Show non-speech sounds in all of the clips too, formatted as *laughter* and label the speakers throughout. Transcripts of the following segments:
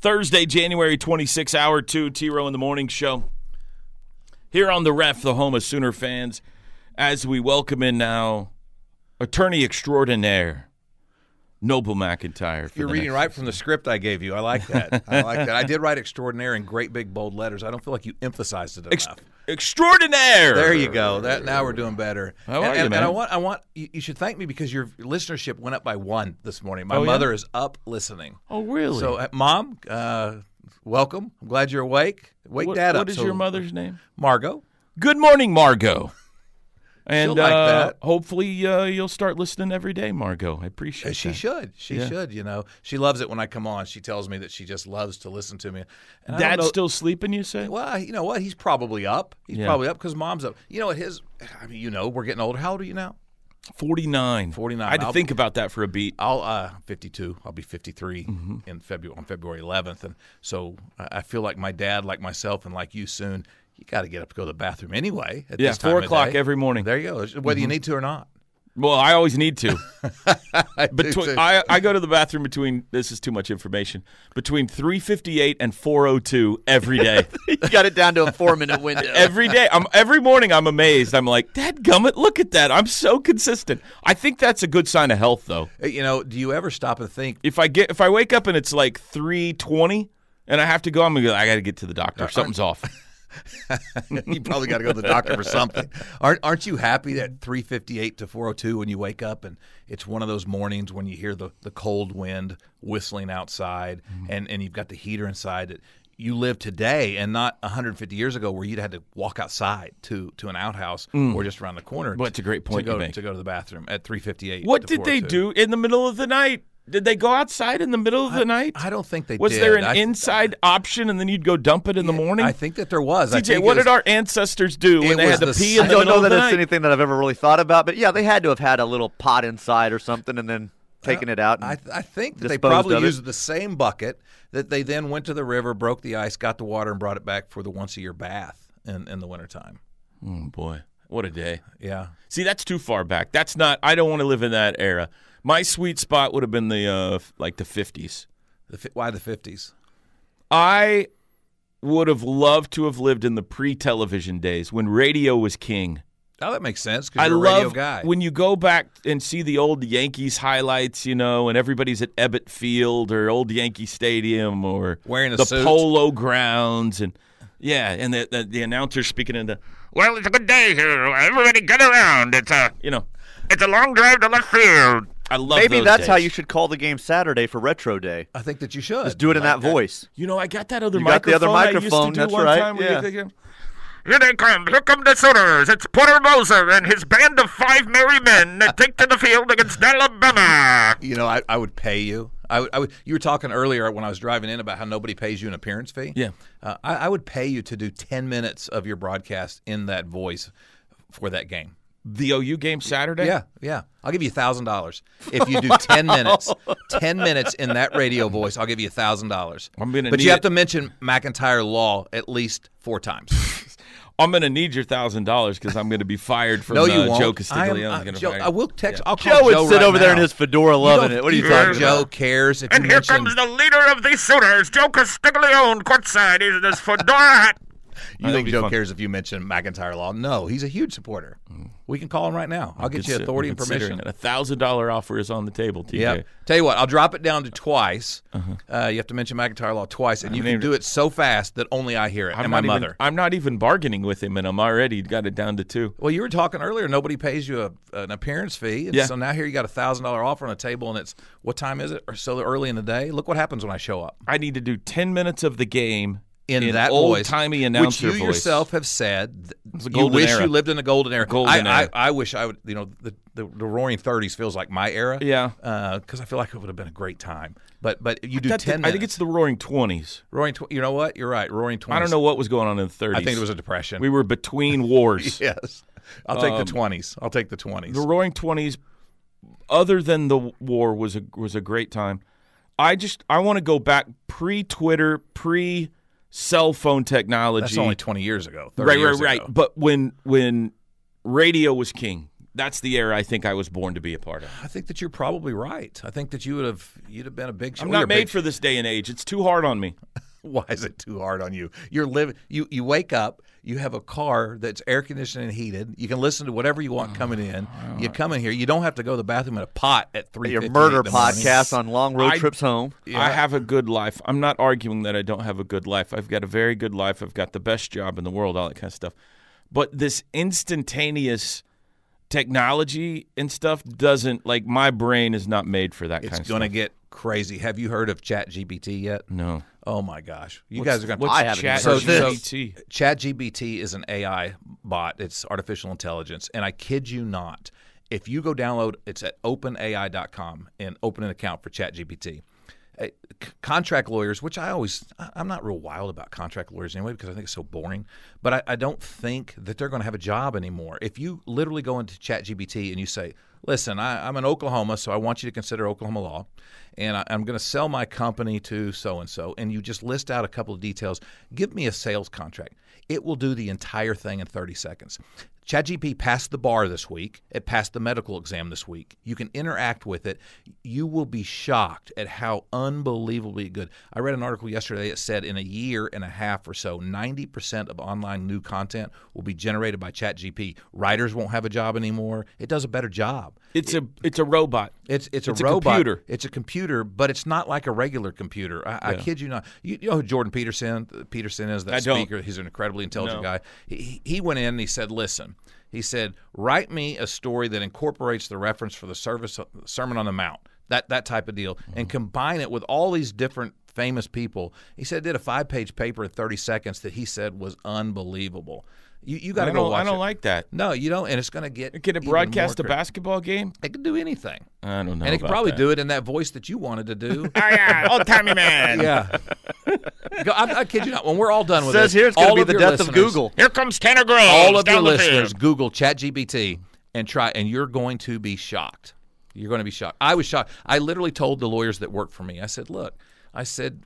Speaker 1: Thursday, January 26, hour two, T Row in the Morning Show. Here on The Ref, the home of Sooner fans, as we welcome in now attorney extraordinaire, Noble McIntyre. for
Speaker 2: You're
Speaker 1: the
Speaker 2: reading
Speaker 1: next-
Speaker 2: right from the script I gave you. I like
Speaker 1: *laughs*
Speaker 2: that. I like that. I did write extraordinaire in great big bold letters. I don't feel like you emphasized it
Speaker 1: Ex-
Speaker 2: enough.
Speaker 1: extraordinaire.
Speaker 2: there you go. That now we're doing better.
Speaker 1: How
Speaker 2: and,
Speaker 1: are you,
Speaker 2: and- and I
Speaker 1: man?
Speaker 2: want I want you, you should thank me because your listenership went up by one this morning. My
Speaker 1: Oh, yeah?
Speaker 2: mother is up listening.
Speaker 1: Oh, really?
Speaker 2: So uh, mom, uh, welcome. I'm glad you're awake. Wake
Speaker 1: what,
Speaker 2: dad up.
Speaker 1: what is
Speaker 2: So-
Speaker 1: your mother's name?
Speaker 2: Margot.
Speaker 1: Good morning, Margot. And
Speaker 2: like
Speaker 1: uh,
Speaker 2: that.
Speaker 1: hopefully uh, you'll start listening every day, Margot. I appreciate
Speaker 2: Uh,
Speaker 1: it.
Speaker 2: She should. She
Speaker 1: Yeah.
Speaker 2: should. You know, she loves it when I come on. She tells me that she just loves to listen to me. And I don't
Speaker 1: Dad's
Speaker 2: know-
Speaker 1: still sleeping, you say?
Speaker 2: Well, you know what? He's probably up. He's
Speaker 1: Yeah.
Speaker 2: probably up because mom's up. You know what? His, I mean, you know, we're getting older. How old are you now?
Speaker 1: 49.
Speaker 2: 49.
Speaker 1: I had to
Speaker 2: I'll-
Speaker 1: think about that for a beat.
Speaker 2: I'll uh, 52. I'll be 53
Speaker 1: Mm-hmm.
Speaker 2: in February on February 11th, and so I, I feel like my dad, like myself, and like you soon. You got to get up to go to the bathroom anyway. At
Speaker 1: Yeah,
Speaker 2: this time
Speaker 1: four
Speaker 2: of
Speaker 1: o'clock
Speaker 2: day.
Speaker 1: every morning. Mm-hmm.
Speaker 2: There you go. Whether you need to or not.
Speaker 1: Well, I always need
Speaker 3: *laughs*
Speaker 1: to.
Speaker 2: I do
Speaker 1: Between
Speaker 2: too.
Speaker 1: I, I go to the bathroom between this is too much information. Between 3:58 and 4:02 every day.
Speaker 3: *laughs* You got it down to a four minute window.
Speaker 1: *laughs* every day. I'm every morning I'm amazed. I'm like, "Dad gummit, look at that. I'm so consistent." I think that's a good sign of health though.
Speaker 2: you know, do you ever stop and think?
Speaker 1: If I get if I wake up and it's like 3:20 and I have to go, I'm going to go, I got to get to the doctor. Something's off.
Speaker 2: *laughs* you probably got to go to the doctor for something. Aren't aren't you happy that 358 to 402 when you wake up and it's one of those mornings when you hear the, the cold wind whistling outside
Speaker 1: Mm-hmm.
Speaker 2: and, and you've got the heater inside that you live today and not 150 years ago where you'd had to walk outside to, to an outhouse or just around the corner.
Speaker 1: Mm. Well, it's a great point
Speaker 2: to
Speaker 1: you
Speaker 2: go,
Speaker 1: make.
Speaker 2: to go to the bathroom at 358.
Speaker 1: What
Speaker 2: to
Speaker 1: did they
Speaker 2: 402.
Speaker 1: do in the middle of the night? Did they go outside in the middle of the night?
Speaker 2: I don't think they
Speaker 1: Was
Speaker 2: did.
Speaker 1: there an
Speaker 2: I-
Speaker 1: inside option and then you'd go dump it in the morning?
Speaker 2: I think that there was. I
Speaker 1: DJ,
Speaker 2: think it
Speaker 1: what
Speaker 2: was-
Speaker 1: did our ancestors do
Speaker 2: it
Speaker 1: when they
Speaker 2: was
Speaker 1: had to
Speaker 2: the
Speaker 1: pee in
Speaker 2: sun.
Speaker 3: I
Speaker 1: the
Speaker 3: don't
Speaker 1: middle
Speaker 3: know
Speaker 1: of
Speaker 3: that
Speaker 1: the
Speaker 3: it's
Speaker 1: night?
Speaker 3: anything that I've ever really thought about, but yeah, they had to have had a little pot inside or something and then taken it out. and-
Speaker 2: I, I think that they
Speaker 3: disposed
Speaker 2: probably
Speaker 3: of it.
Speaker 2: used the same bucket that they then went to the river, broke the ice, got the water, and brought it back for the once a year bath in, in the wintertime.
Speaker 1: Oh, boy, what a day!
Speaker 2: Yeah.
Speaker 1: See, that's too far back. That's not. I don't want to live in that era. My sweet spot would have been the uh, f- like the fifties.
Speaker 2: The, fi- why the 50s?
Speaker 1: I would have loved to have lived in the pre-television days when radio was king.
Speaker 2: Oh, that makes sense because
Speaker 1: I
Speaker 2: you're a radio
Speaker 1: love
Speaker 2: guy.
Speaker 1: when you go back and see the old Yankees highlights, you know, and everybody's at Ebbett Field or old Yankee Stadium or
Speaker 2: Wearing a
Speaker 1: the
Speaker 2: suit.
Speaker 1: Polo Grounds and yeah, and the the, the announcer speaking in the
Speaker 4: Well, it's a good day here. Everybody get around. It's a
Speaker 1: you know,
Speaker 4: it's a long drive to left field.
Speaker 1: I love
Speaker 3: Maybe
Speaker 1: those
Speaker 3: that's how
Speaker 1: days.
Speaker 3: you should call the game Saturday for Retro Day.
Speaker 2: I think that you should.
Speaker 3: Just do it in that voice.
Speaker 1: You know, I got that other
Speaker 3: You got
Speaker 1: microphone.
Speaker 3: the other
Speaker 1: I
Speaker 3: microphone,
Speaker 1: used to do
Speaker 3: that's
Speaker 1: one
Speaker 3: right,
Speaker 1: Time where you
Speaker 3: yeah.
Speaker 1: could hear-
Speaker 4: Here they come. Here come the Sooners. It's Porter Moser and his band of five merry men that take to the field against Alabama.
Speaker 2: You know, I, I would pay you. I would, I would. You were talking earlier when I was driving in about how nobody pays you an appearance fee.
Speaker 1: Yeah.
Speaker 2: Uh, I, I would pay you to do 10 minutes of your broadcast in that voice for that game.
Speaker 1: the OU game Saturday.
Speaker 2: Yeah, yeah. I'll give you thousand dollars if you do ten minutes. Ten minutes in that radio voice. I'll give you thousand dollars.
Speaker 1: I'm gonna
Speaker 2: But
Speaker 1: need
Speaker 2: you have
Speaker 1: it.
Speaker 2: to mention McIntyre Law at least four times.
Speaker 1: I'm gonna need your thousand dollars because I'm gonna be fired from
Speaker 2: No,
Speaker 1: uh,
Speaker 2: you won't.
Speaker 1: Joe
Speaker 2: I, am-
Speaker 1: Castiglione.
Speaker 2: I-
Speaker 1: gonna
Speaker 2: Joe,
Speaker 1: fire
Speaker 2: I
Speaker 1: you.
Speaker 2: will text. I'll call
Speaker 3: Joe would sit
Speaker 2: right
Speaker 3: over there in
Speaker 2: now.
Speaker 3: his fedora loving it. What are you
Speaker 2: You
Speaker 3: talking
Speaker 2: think
Speaker 3: about?
Speaker 2: Joe cares if
Speaker 4: And
Speaker 2: you
Speaker 4: here
Speaker 2: mention
Speaker 4: comes the leader of the Sooners, Joe Castiglione, courtside. He's in his fedora hat.
Speaker 2: You
Speaker 1: That'd
Speaker 2: think
Speaker 1: be
Speaker 2: Joe
Speaker 1: fun.
Speaker 2: cares if you mention McIntyre Law? No, he's a huge supporter. We can call him right now. I'll get you authority and permission.
Speaker 1: A thousand dollar offer is on the table, TJ.
Speaker 2: Yeah. Tell you what, I'll drop it down to twice.
Speaker 1: Uh-huh.
Speaker 2: Uh, you have to mention McIntyre Law twice, and you can
Speaker 1: named
Speaker 2: do it so fast that only I hear it and my
Speaker 1: not
Speaker 2: mother.
Speaker 1: Even, I'm not even bargaining with him, and I'm already got it down to two.
Speaker 2: well, you were talking earlier. Nobody pays you a, an appearance fee, and
Speaker 1: Yeah.
Speaker 2: so now here you got a thousand dollar offer on the table, and it's what time is it? Or so early in the day. Look what happens when I show up
Speaker 1: I need to do ten minutes of the game
Speaker 2: in, that
Speaker 1: old
Speaker 2: voice,
Speaker 1: timey announcer
Speaker 2: which you
Speaker 1: voice.
Speaker 2: yourself have said th-
Speaker 1: a
Speaker 2: you
Speaker 1: golden
Speaker 2: wish
Speaker 1: era.
Speaker 2: you lived in a golden era.
Speaker 1: Golden
Speaker 2: I,
Speaker 1: era.
Speaker 2: I, I wish I would. You know, the, the, the Roaring Thirties feels like my era.
Speaker 1: Yeah.
Speaker 2: because I feel like it would have been a great time. But but you do
Speaker 1: Got the-
Speaker 2: ten.
Speaker 1: I think
Speaker 2: minutes.
Speaker 1: it's the Roaring Twenties.
Speaker 2: Roaring. Tw- you know what? You're right. Roaring twenties.
Speaker 1: I don't know what was going on in the thirties.
Speaker 2: I think it was a depression.
Speaker 1: we were between wars.
Speaker 2: *laughs* yes. I'll take the twenties. I'll take the twenties.
Speaker 1: The Roaring Twenties, other than the war, was a was a great time. I just I want to go back pre Twitter, pre cell phone technology.
Speaker 2: That's only twenty years ago.
Speaker 1: right,
Speaker 2: 30
Speaker 1: right,
Speaker 2: years
Speaker 1: right.
Speaker 2: ago.
Speaker 1: But when when radio was king, that's the era I think I was born to be a part of.
Speaker 2: I think that you're probably right. I think that you would have you'd have been a big.
Speaker 1: I'm
Speaker 2: well, you're a
Speaker 1: not made
Speaker 2: big-
Speaker 1: for this day and age. It's too hard on me.
Speaker 2: *laughs* Why is it too hard on you? You're living. You you wake up. You have a car that's air conditioned and heated. You can listen to whatever you
Speaker 1: Oh,
Speaker 2: want coming in. You come in here. You don't have to go to the bathroom in a pot at three.
Speaker 3: Your murder podcast on long road
Speaker 1: I-
Speaker 3: trips home.
Speaker 1: I have a good life. I'm not arguing that I don't have a good life. I've got a very good life. I've got the best job in the world, all that kind of stuff. But this instantaneous technology and stuff doesn't like my brain is not made for that
Speaker 2: It's
Speaker 1: kind of
Speaker 2: gonna
Speaker 1: stuff.
Speaker 2: get crazy. Have you heard of Chat GPT yet?
Speaker 1: no.
Speaker 2: Oh my gosh, you
Speaker 1: What's-
Speaker 2: guys are gonna.
Speaker 1: what's
Speaker 3: I haven't
Speaker 1: chat
Speaker 3: even
Speaker 2: So
Speaker 3: heard
Speaker 2: this-
Speaker 3: of
Speaker 1: GPT?
Speaker 2: ChatGPT is an AI bot. It's artificial intelligence, and I kid you not. If you go download, it's at OpenAI.com and open an account for ChatGPT. Uh, c- contract lawyers, which I always, I- I'm not real wild about contract lawyers anyway because I think it's so boring. But I, I don't think that they're going to have a job anymore. If you literally go into ChatGPT and you say, "Listen, I, I'm in Oklahoma, so I want you to consider Oklahoma law, and I, I'm going to sell my company to so and so," and you just list out a couple of details. Give me a sales contract. It will do the entire thing in 30 seconds. ChatGPT passed the bar this week. It passed the medical exam this week. You can interact with it. You will be shocked at how unbelievably good. I read an article yesterday that said in a year and a half or so, 90% of online new content will be generated by ChatGPT. Writers won't have a job anymore. It does a better job.
Speaker 1: It's a it's a robot.
Speaker 2: It's it's a
Speaker 1: It's a
Speaker 2: robot.
Speaker 1: computer.
Speaker 2: It's a computer, but it's not like a regular computer. I, I kid you not. You, you know who Jordan Peterson Peterson is that
Speaker 1: I don't.
Speaker 2: speaker. He's an incredibly intelligent guy. He, he went in and he said, "Listen," he said, "Write me a story that incorporates the reference for the service Sermon on the Mount, that that type of deal,
Speaker 1: Mm-hmm.
Speaker 2: and combine it with all these different." Famous people. He said did a five page paper in thirty seconds that he said was unbelievable. You, you
Speaker 1: I
Speaker 2: got to go
Speaker 1: don't
Speaker 2: watch
Speaker 1: I don't
Speaker 2: it.
Speaker 1: like that.
Speaker 2: No, you don't. And it's going to get.
Speaker 1: Can it
Speaker 2: even more
Speaker 1: broadcast a
Speaker 2: cra-
Speaker 1: basketball game?
Speaker 2: It can do anything
Speaker 1: I don't know.
Speaker 2: and it could
Speaker 1: about
Speaker 2: probably
Speaker 1: that.
Speaker 2: do it in that voice that you wanted to do.
Speaker 4: Oh, yeah,
Speaker 2: *laughs*
Speaker 4: old timey man.
Speaker 2: yeah. Go, I, I kid you not. When we're all done with this,
Speaker 3: Says here it's going
Speaker 2: all
Speaker 3: to be
Speaker 2: of
Speaker 3: the
Speaker 2: your
Speaker 3: death of
Speaker 2: listeners-
Speaker 3: Google.
Speaker 4: Here comes Tanner Graves.
Speaker 2: All of your
Speaker 4: down the field.
Speaker 2: listeners, Google ChatGPT and try, and you're going to be shocked. You're going to be shocked. I was shocked. I literally told the lawyers that work for me. I said, "Look, I said."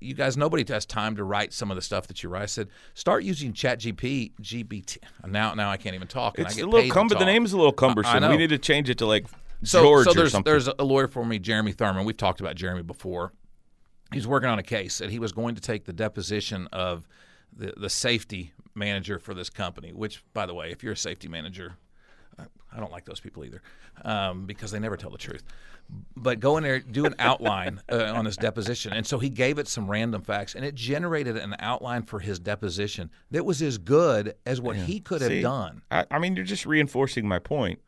Speaker 2: You guys, nobody has time to write some of the stuff that you write. I said, start using ChatGPT. GPT. Now, now I can't even talk. And I
Speaker 1: It's
Speaker 2: get
Speaker 1: a
Speaker 2: paid
Speaker 1: little
Speaker 2: to
Speaker 1: cumber the
Speaker 2: talk.
Speaker 1: name's a little cumbersome.
Speaker 2: know.
Speaker 1: We need to change it to like
Speaker 2: So,
Speaker 1: George
Speaker 2: so
Speaker 1: or
Speaker 2: there's
Speaker 1: something.
Speaker 2: there's a lawyer for me, Jeremy Thurman. We've talked about Jeremy before. He's working on a case, and he was going to take the deposition of the the safety manager for this company. Which, by the way, if you're a safety manager, uh, I don't like those people either um, because they never tell the truth. But go in there, do an outline *laughs* uh, on his deposition. And so he gave it some random facts, and it generated an outline for his deposition that was as good as what he could have done.
Speaker 1: I, I mean, you're just reinforcing my point.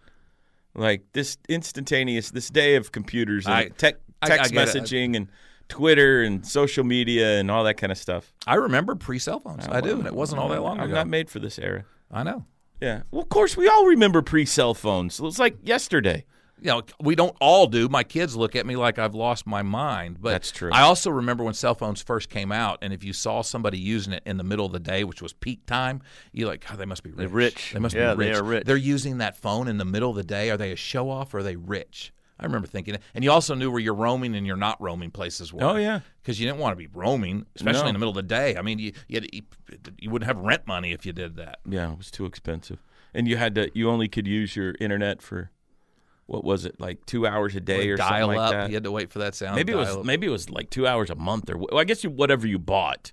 Speaker 1: Like this instantaneous, this day of computers and
Speaker 2: I-
Speaker 1: tech,
Speaker 2: I- I
Speaker 1: text
Speaker 2: get it.
Speaker 1: messaging and Twitter and social media and all that kind of stuff.
Speaker 2: I remember pre cell
Speaker 1: Oh,
Speaker 2: phones. I, do, and it wasn't all that long
Speaker 1: I'm
Speaker 2: ago.
Speaker 1: not made for this era.
Speaker 2: I know.
Speaker 1: Yeah. Well, of course, we all remember pre-cell phones. It was like yesterday.
Speaker 2: you know, we don't all do. My kids look at me like I've lost my mind, but
Speaker 1: That's true.
Speaker 2: I also remember when cell phones first came out, and if you saw somebody using it in the middle of the day, which was peak time, you're like, oh, they must be rich.
Speaker 3: rich.
Speaker 2: They must
Speaker 3: Yeah,
Speaker 2: be
Speaker 3: they
Speaker 2: rich.
Speaker 3: are rich.
Speaker 2: They're using that phone in the middle of the day. Are they a show off? Or are they rich? I remember thinking, it. and you also knew where you're roaming and you're not roaming places were.
Speaker 1: Oh, yeah.
Speaker 2: because you didn't want to be roaming, especially
Speaker 1: No.
Speaker 2: in the middle of the day. I mean, you you, had to, you wouldn't have rent money if you did that.
Speaker 1: Yeah, it was too expensive, and you had to. You only could use your internet for what was it, like two hours a day or
Speaker 2: dial
Speaker 1: something
Speaker 2: up,
Speaker 1: like that.
Speaker 2: you had to wait for that sound.
Speaker 1: maybe it was
Speaker 2: dial up.
Speaker 1: maybe it was like two hours a month or wh- well, I guess you, whatever you bought.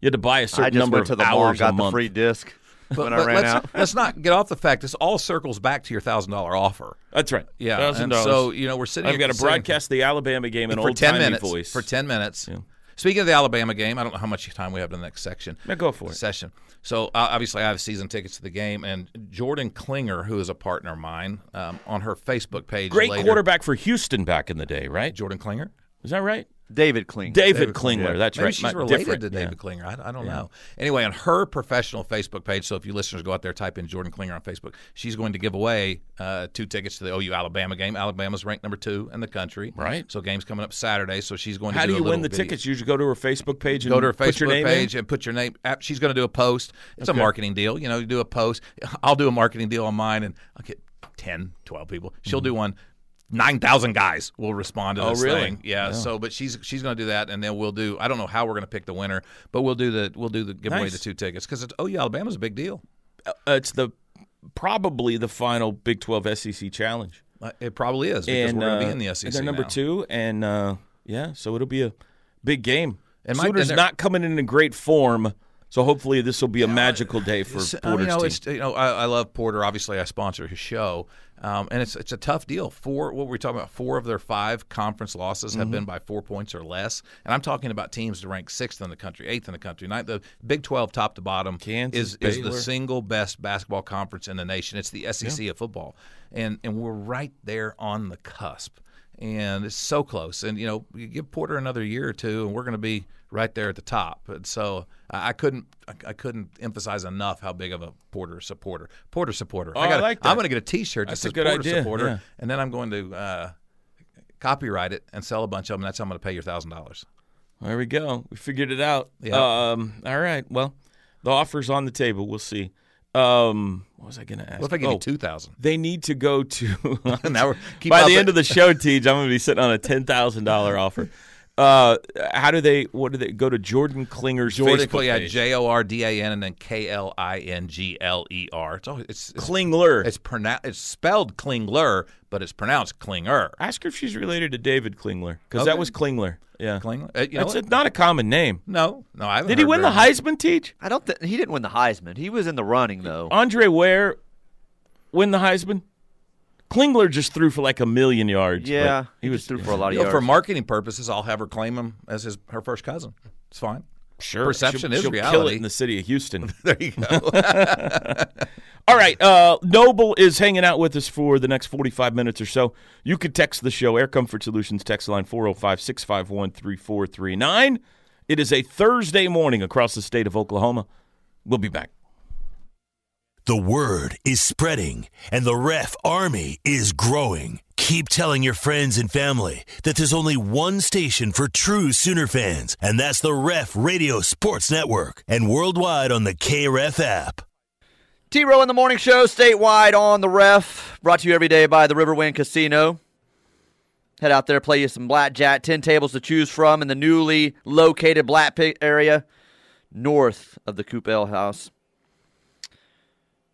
Speaker 1: You had to buy a certain
Speaker 3: I just
Speaker 1: number
Speaker 3: went
Speaker 1: of
Speaker 3: to the mall and
Speaker 1: hours a
Speaker 3: got the
Speaker 1: month.
Speaker 3: free disc when I
Speaker 2: But
Speaker 3: ran
Speaker 2: let's,
Speaker 3: out.
Speaker 2: *laughs* let's not get off the fact this all circles back to your thousand dollar offer.
Speaker 1: That's right.
Speaker 2: Yeah, and
Speaker 1: $1,000.
Speaker 2: so you know we're sitting.
Speaker 1: I've
Speaker 2: at
Speaker 1: got
Speaker 2: the
Speaker 1: to
Speaker 2: same-
Speaker 1: broadcast the Alabama game in
Speaker 2: for
Speaker 1: old
Speaker 2: ten
Speaker 1: timey
Speaker 2: minutes
Speaker 1: voice.
Speaker 2: for ten minutes. Speaking of the Alabama game, I don't know how much time we have in the next section.
Speaker 1: Yeah, go for it.
Speaker 2: Session. So uh, obviously, I have season tickets to the game, and Jordan Klinger, who is a partner of mine, um, on her Facebook page.
Speaker 1: Great
Speaker 2: later-
Speaker 1: quarterback for Houston back in the day, right?
Speaker 2: Jordan Klinger.
Speaker 1: Is that right?
Speaker 3: David Kling.
Speaker 1: David, Klingler. That's
Speaker 2: Maybe
Speaker 1: right.
Speaker 2: she's
Speaker 1: My-
Speaker 2: related
Speaker 1: different,
Speaker 2: to
Speaker 1: yeah.
Speaker 2: David Klinger. I, I don't know. Anyway, on her professional Facebook page, so if you listeners go out there, type in Jordan Klinger on Facebook, she's going to give away uh, two tickets to the OU Alabama game. Alabama's ranked number two in the country.
Speaker 1: Right.
Speaker 2: So game's coming up Saturday, so she's going to
Speaker 1: How do
Speaker 2: do, a
Speaker 1: you
Speaker 2: little
Speaker 1: win the
Speaker 2: video.
Speaker 1: tickets? You just go to her Facebook page and
Speaker 2: Go to her
Speaker 1: put your
Speaker 2: Facebook
Speaker 1: name in?
Speaker 2: page and put your name. app- She's going to do a post. It's a marketing deal. You know, you do a post. I'll do a marketing deal on mine, and I'll get 10, 12 people. She'll do one. Nine thousand guys will respond to
Speaker 1: Mm-hmm. Oh,
Speaker 2: this
Speaker 1: really?
Speaker 2: thing. Yeah, So, but she's she's going to do that, and then we'll do. I don't know how we're going to pick the winner, but we'll do the we'll do the give away
Speaker 1: Nice.
Speaker 2: the two tickets because it's oh yeah, Alabama's a big deal.
Speaker 1: Uh, it's the probably the final Big 12 SEC challenge.
Speaker 2: Uh, It probably is because
Speaker 1: and
Speaker 2: we're going to
Speaker 1: uh,
Speaker 2: be in the
Speaker 1: and
Speaker 2: SEC.
Speaker 1: They're number
Speaker 2: now.
Speaker 1: two, and uh, yeah, so it'll be a big game.
Speaker 2: And
Speaker 1: And
Speaker 2: my- and
Speaker 1: Sooners
Speaker 2: they're-
Speaker 1: not coming in in great form, so hopefully this will be a magical day for
Speaker 2: So, I mean,
Speaker 1: Porter's
Speaker 2: uh, you know,
Speaker 1: team.
Speaker 2: It's, you know, I, I love Porter. Obviously, I sponsor his show, um, and it's it's a tough deal. Four, what were we talking about? Four of their five conference losses have
Speaker 1: Mm-hmm.
Speaker 2: been by four points or less, and I'm talking about teams to rank sixth in the country, eighth in the country. Ninth, the Big Twelve, top to bottom,
Speaker 1: Kansas,
Speaker 2: is is the
Speaker 1: Baylor.
Speaker 2: single best basketball conference in the nation. It's the SEC of football, and and we're right there on the cusp. And it's so close. And, you know, you give Porter another year or two, and we're going to be right there at the top. And so I I couldn't I I couldn't emphasize enough how big of a Porter supporter. Porter supporter.
Speaker 1: Oh, I
Speaker 2: gotta,
Speaker 1: like that.
Speaker 2: I'm going to get a t shirt that
Speaker 1: That's a
Speaker 2: says
Speaker 1: good
Speaker 2: Porter
Speaker 1: idea,
Speaker 2: supporter,
Speaker 1: yeah.
Speaker 2: and then I'm going to uh, copyright it and sell a bunch of them. That's how I'm going to pay your $1,000.
Speaker 1: There we go. We figured it out.
Speaker 2: Yeah.
Speaker 1: Um, all right. Well, the offer's on the table. We'll see. Um, what was I going to ask?
Speaker 2: What if I give
Speaker 1: oh,
Speaker 2: you 2000
Speaker 1: they need to go to.
Speaker 2: *laughs*
Speaker 1: *laughs*
Speaker 2: Now we're- keep
Speaker 1: by
Speaker 2: up
Speaker 1: the
Speaker 2: it.
Speaker 1: end of the show, Teej, I'm going to be sitting on a ten thousand
Speaker 2: *laughs*
Speaker 1: dollar offer. Uh, how do they? What do they go to? Jordan Klinger's
Speaker 2: Jordan
Speaker 1: Facebook
Speaker 2: Kler, yeah,
Speaker 1: page.
Speaker 2: J O R D A N, and then K L I N G L E R. It's always it's it's,
Speaker 1: Klingler.
Speaker 2: it's, pronou- it's spelled Klingler, but it's pronounced Klinger.
Speaker 1: Ask her if she's related to David Klingler because
Speaker 2: Okay.
Speaker 1: that was Klingler. Yeah,
Speaker 2: Klingler. Uh, you know
Speaker 1: That's
Speaker 2: what?
Speaker 1: a- not a common name.
Speaker 2: no, no, I haven't.
Speaker 1: Did he
Speaker 2: heard
Speaker 1: win the
Speaker 2: very much.
Speaker 1: Heisman? Teach
Speaker 3: I don't. Th- he didn't win the Heisman. He was in the running though.
Speaker 1: Andre Ware win the Heisman. Klingler just threw for like a million yards. but
Speaker 3: Yeah,
Speaker 1: he was
Speaker 3: through for a lot of
Speaker 2: You know,
Speaker 3: yards.
Speaker 1: E
Speaker 2: for marketing purposes, I'll have her claim him as his her first cousin. It's fine.
Speaker 1: Sure.
Speaker 2: Perception
Speaker 1: she'll,
Speaker 2: is
Speaker 1: she'll Kill it
Speaker 2: reality.
Speaker 1: in the city of *laughs* Houston.
Speaker 2: There you go.
Speaker 1: All right. Uh, Noble is hanging out with us for the next 45 minutes or so. You could text the show, Air Comfort Solutions, text line 405 651 3439. It is a Thursday morning across the state of Oklahoma. We'll be back.
Speaker 5: The word is spreading and the ref army is growing. Keep telling your friends and family that there's only one station for true Sooner fans, and that's the Ref Radio Sports Network and worldwide on the KREF app.
Speaker 3: T Row in the Morning Show, statewide on the ref, brought to you every day by the Riverwind Casino. Head out there, play you some blackjack, 10 tables to choose from in the newly located Black Pig area north of the Coop Ale House.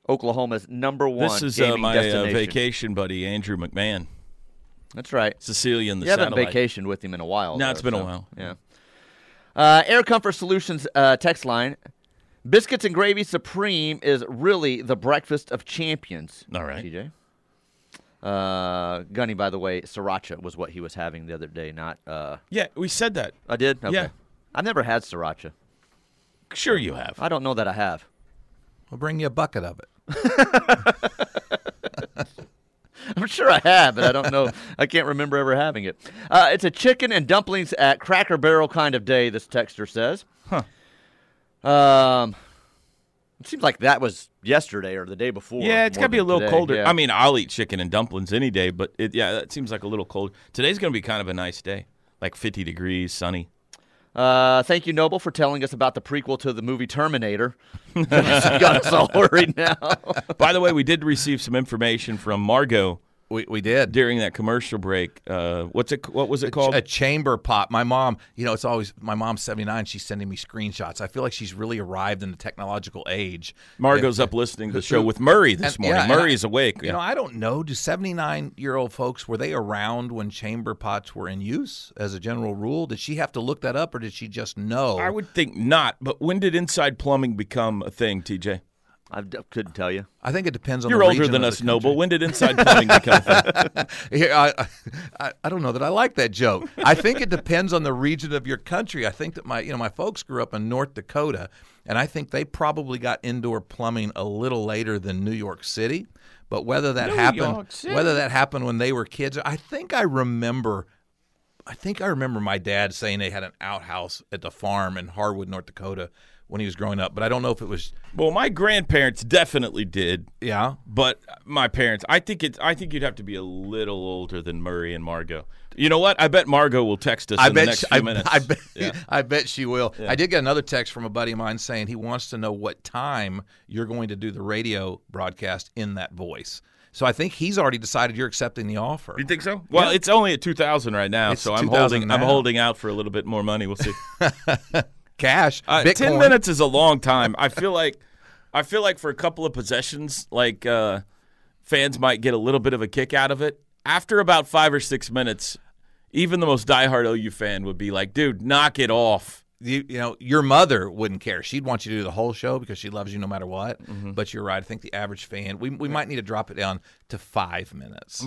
Speaker 3: Oklahoma's number one
Speaker 1: this is uh,
Speaker 3: gaming
Speaker 1: my uh,
Speaker 3: destination.
Speaker 1: vacation buddy, Andrew McMahon.
Speaker 3: That's right.
Speaker 1: Cecilia in the
Speaker 3: You haven't
Speaker 1: satellite.
Speaker 3: vacationed with him in a while.
Speaker 1: No,
Speaker 3: though,
Speaker 1: it's been a
Speaker 3: so,
Speaker 1: while.
Speaker 3: Yeah. Uh, Air Comfort Solutions uh, text line: Biscuits and gravy supreme is really the breakfast of champions.
Speaker 1: All right.
Speaker 3: TJ. Uh, Gunny, by the way, sriracha was what he was having the other day. Not. Uh,
Speaker 1: Yeah, we said that.
Speaker 3: I did. Okay.
Speaker 1: Yeah.
Speaker 3: I've never had sriracha.
Speaker 1: Sure, you have.
Speaker 3: I don't know that I have.
Speaker 2: I'll bring you a bucket of it.
Speaker 3: *laughs* I'm sure I have, but I don't know. I can't remember ever having it. Uh, it's a chicken and dumplings at Cracker Barrel kind of day. This texter says. Huh. Um, it seems like that was yesterday or the day before.
Speaker 1: Yeah, it's
Speaker 3: more
Speaker 1: got to be a
Speaker 3: than
Speaker 1: little
Speaker 3: today.
Speaker 1: colder.
Speaker 3: Yeah.
Speaker 1: I mean, I'll eat chicken and dumplings any day, but it, yeah, that seems like a little cold. Today's going to be kind of a nice day, like 50 degrees,
Speaker 2: *laughs*
Speaker 1: sunny.
Speaker 3: uh, thank you, Noble, for telling us about the prequel to the movie Terminator. *laughs* got us all worried now.
Speaker 1: *laughs* By the way, we did receive some information from Margot
Speaker 2: We, we did.
Speaker 1: during that commercial break. Uh, what's it? What was it called?
Speaker 2: a chamber pop. My mom, you know, it's always my mom's 79. She's sending me screenshots. I feel like she's really arrived in the technological age.
Speaker 1: Margot's up listening to the show with Murray this
Speaker 2: And-
Speaker 1: morning.
Speaker 2: yeah, and
Speaker 1: Murray
Speaker 2: I-
Speaker 1: is awake.
Speaker 2: You know, I don't know. Do 79 year old folks, were they around when chamber pots were in use as a general rule? Did she have to look that up or did she just know?
Speaker 1: I would think not. But when did inside plumbing become a thing, TJ?
Speaker 3: I d- couldn't tell you.
Speaker 2: I think it depends on
Speaker 1: You're
Speaker 2: the
Speaker 1: older
Speaker 2: region
Speaker 1: than
Speaker 2: of
Speaker 1: us,
Speaker 2: the
Speaker 1: Noble. When did inside plumbing become a
Speaker 2: *laughs*
Speaker 1: thing?
Speaker 2: Here, I, I, I don't know that I like that joke. I think it depends on the region of your country. I think that my, you know, my folks grew up in North Dakota, and I think they probably got indoor plumbing a little later than New York City. But whether that happened,
Speaker 1: York City.
Speaker 2: whether that happened when they were kids, I think I remember. I think I remember my dad saying they had an outhouse at the farm in Harwood, North Dakota, when he was growing up. But I don't know if it was.
Speaker 1: Well, my grandparents definitely did.
Speaker 2: Yeah,
Speaker 1: But uh, my parents, I think it's. I think you'd have to be a little older than Murray and Margot. You know what? I bet Margot will text us in the next
Speaker 2: she,
Speaker 1: few
Speaker 2: I,
Speaker 1: minutes.
Speaker 2: I bet,
Speaker 1: Yeah.
Speaker 2: *laughs* I bet she will. I did get another text from a buddy of mine saying he wants to know what time you're going to do the radio broadcast in that voice. So I think he's already decided you're accepting the offer.
Speaker 1: You think so? Well, it's only at two thousand right now,
Speaker 2: It's
Speaker 1: so I'm
Speaker 2: 2,000
Speaker 1: holding. I'm
Speaker 2: now.
Speaker 1: holding out for a little bit more money. We'll
Speaker 2: *laughs*
Speaker 1: see.
Speaker 2: Cash,
Speaker 1: Uh,
Speaker 2: Bitcoin.
Speaker 1: Ten minutes is a long time. I feel like, I feel like for a couple of possessions, like uh, fans might get a little bit of a kick out of it. After about five or six minutes, even the most diehard OU fan would be like, "Dude, knock it off."
Speaker 2: You, you know, your mother wouldn't care. She'd want you to do the whole show because she loves you no matter what.
Speaker 1: Mm-hmm.
Speaker 2: But you're right. I think the average fan, we, we might need to drop it down to five minutes.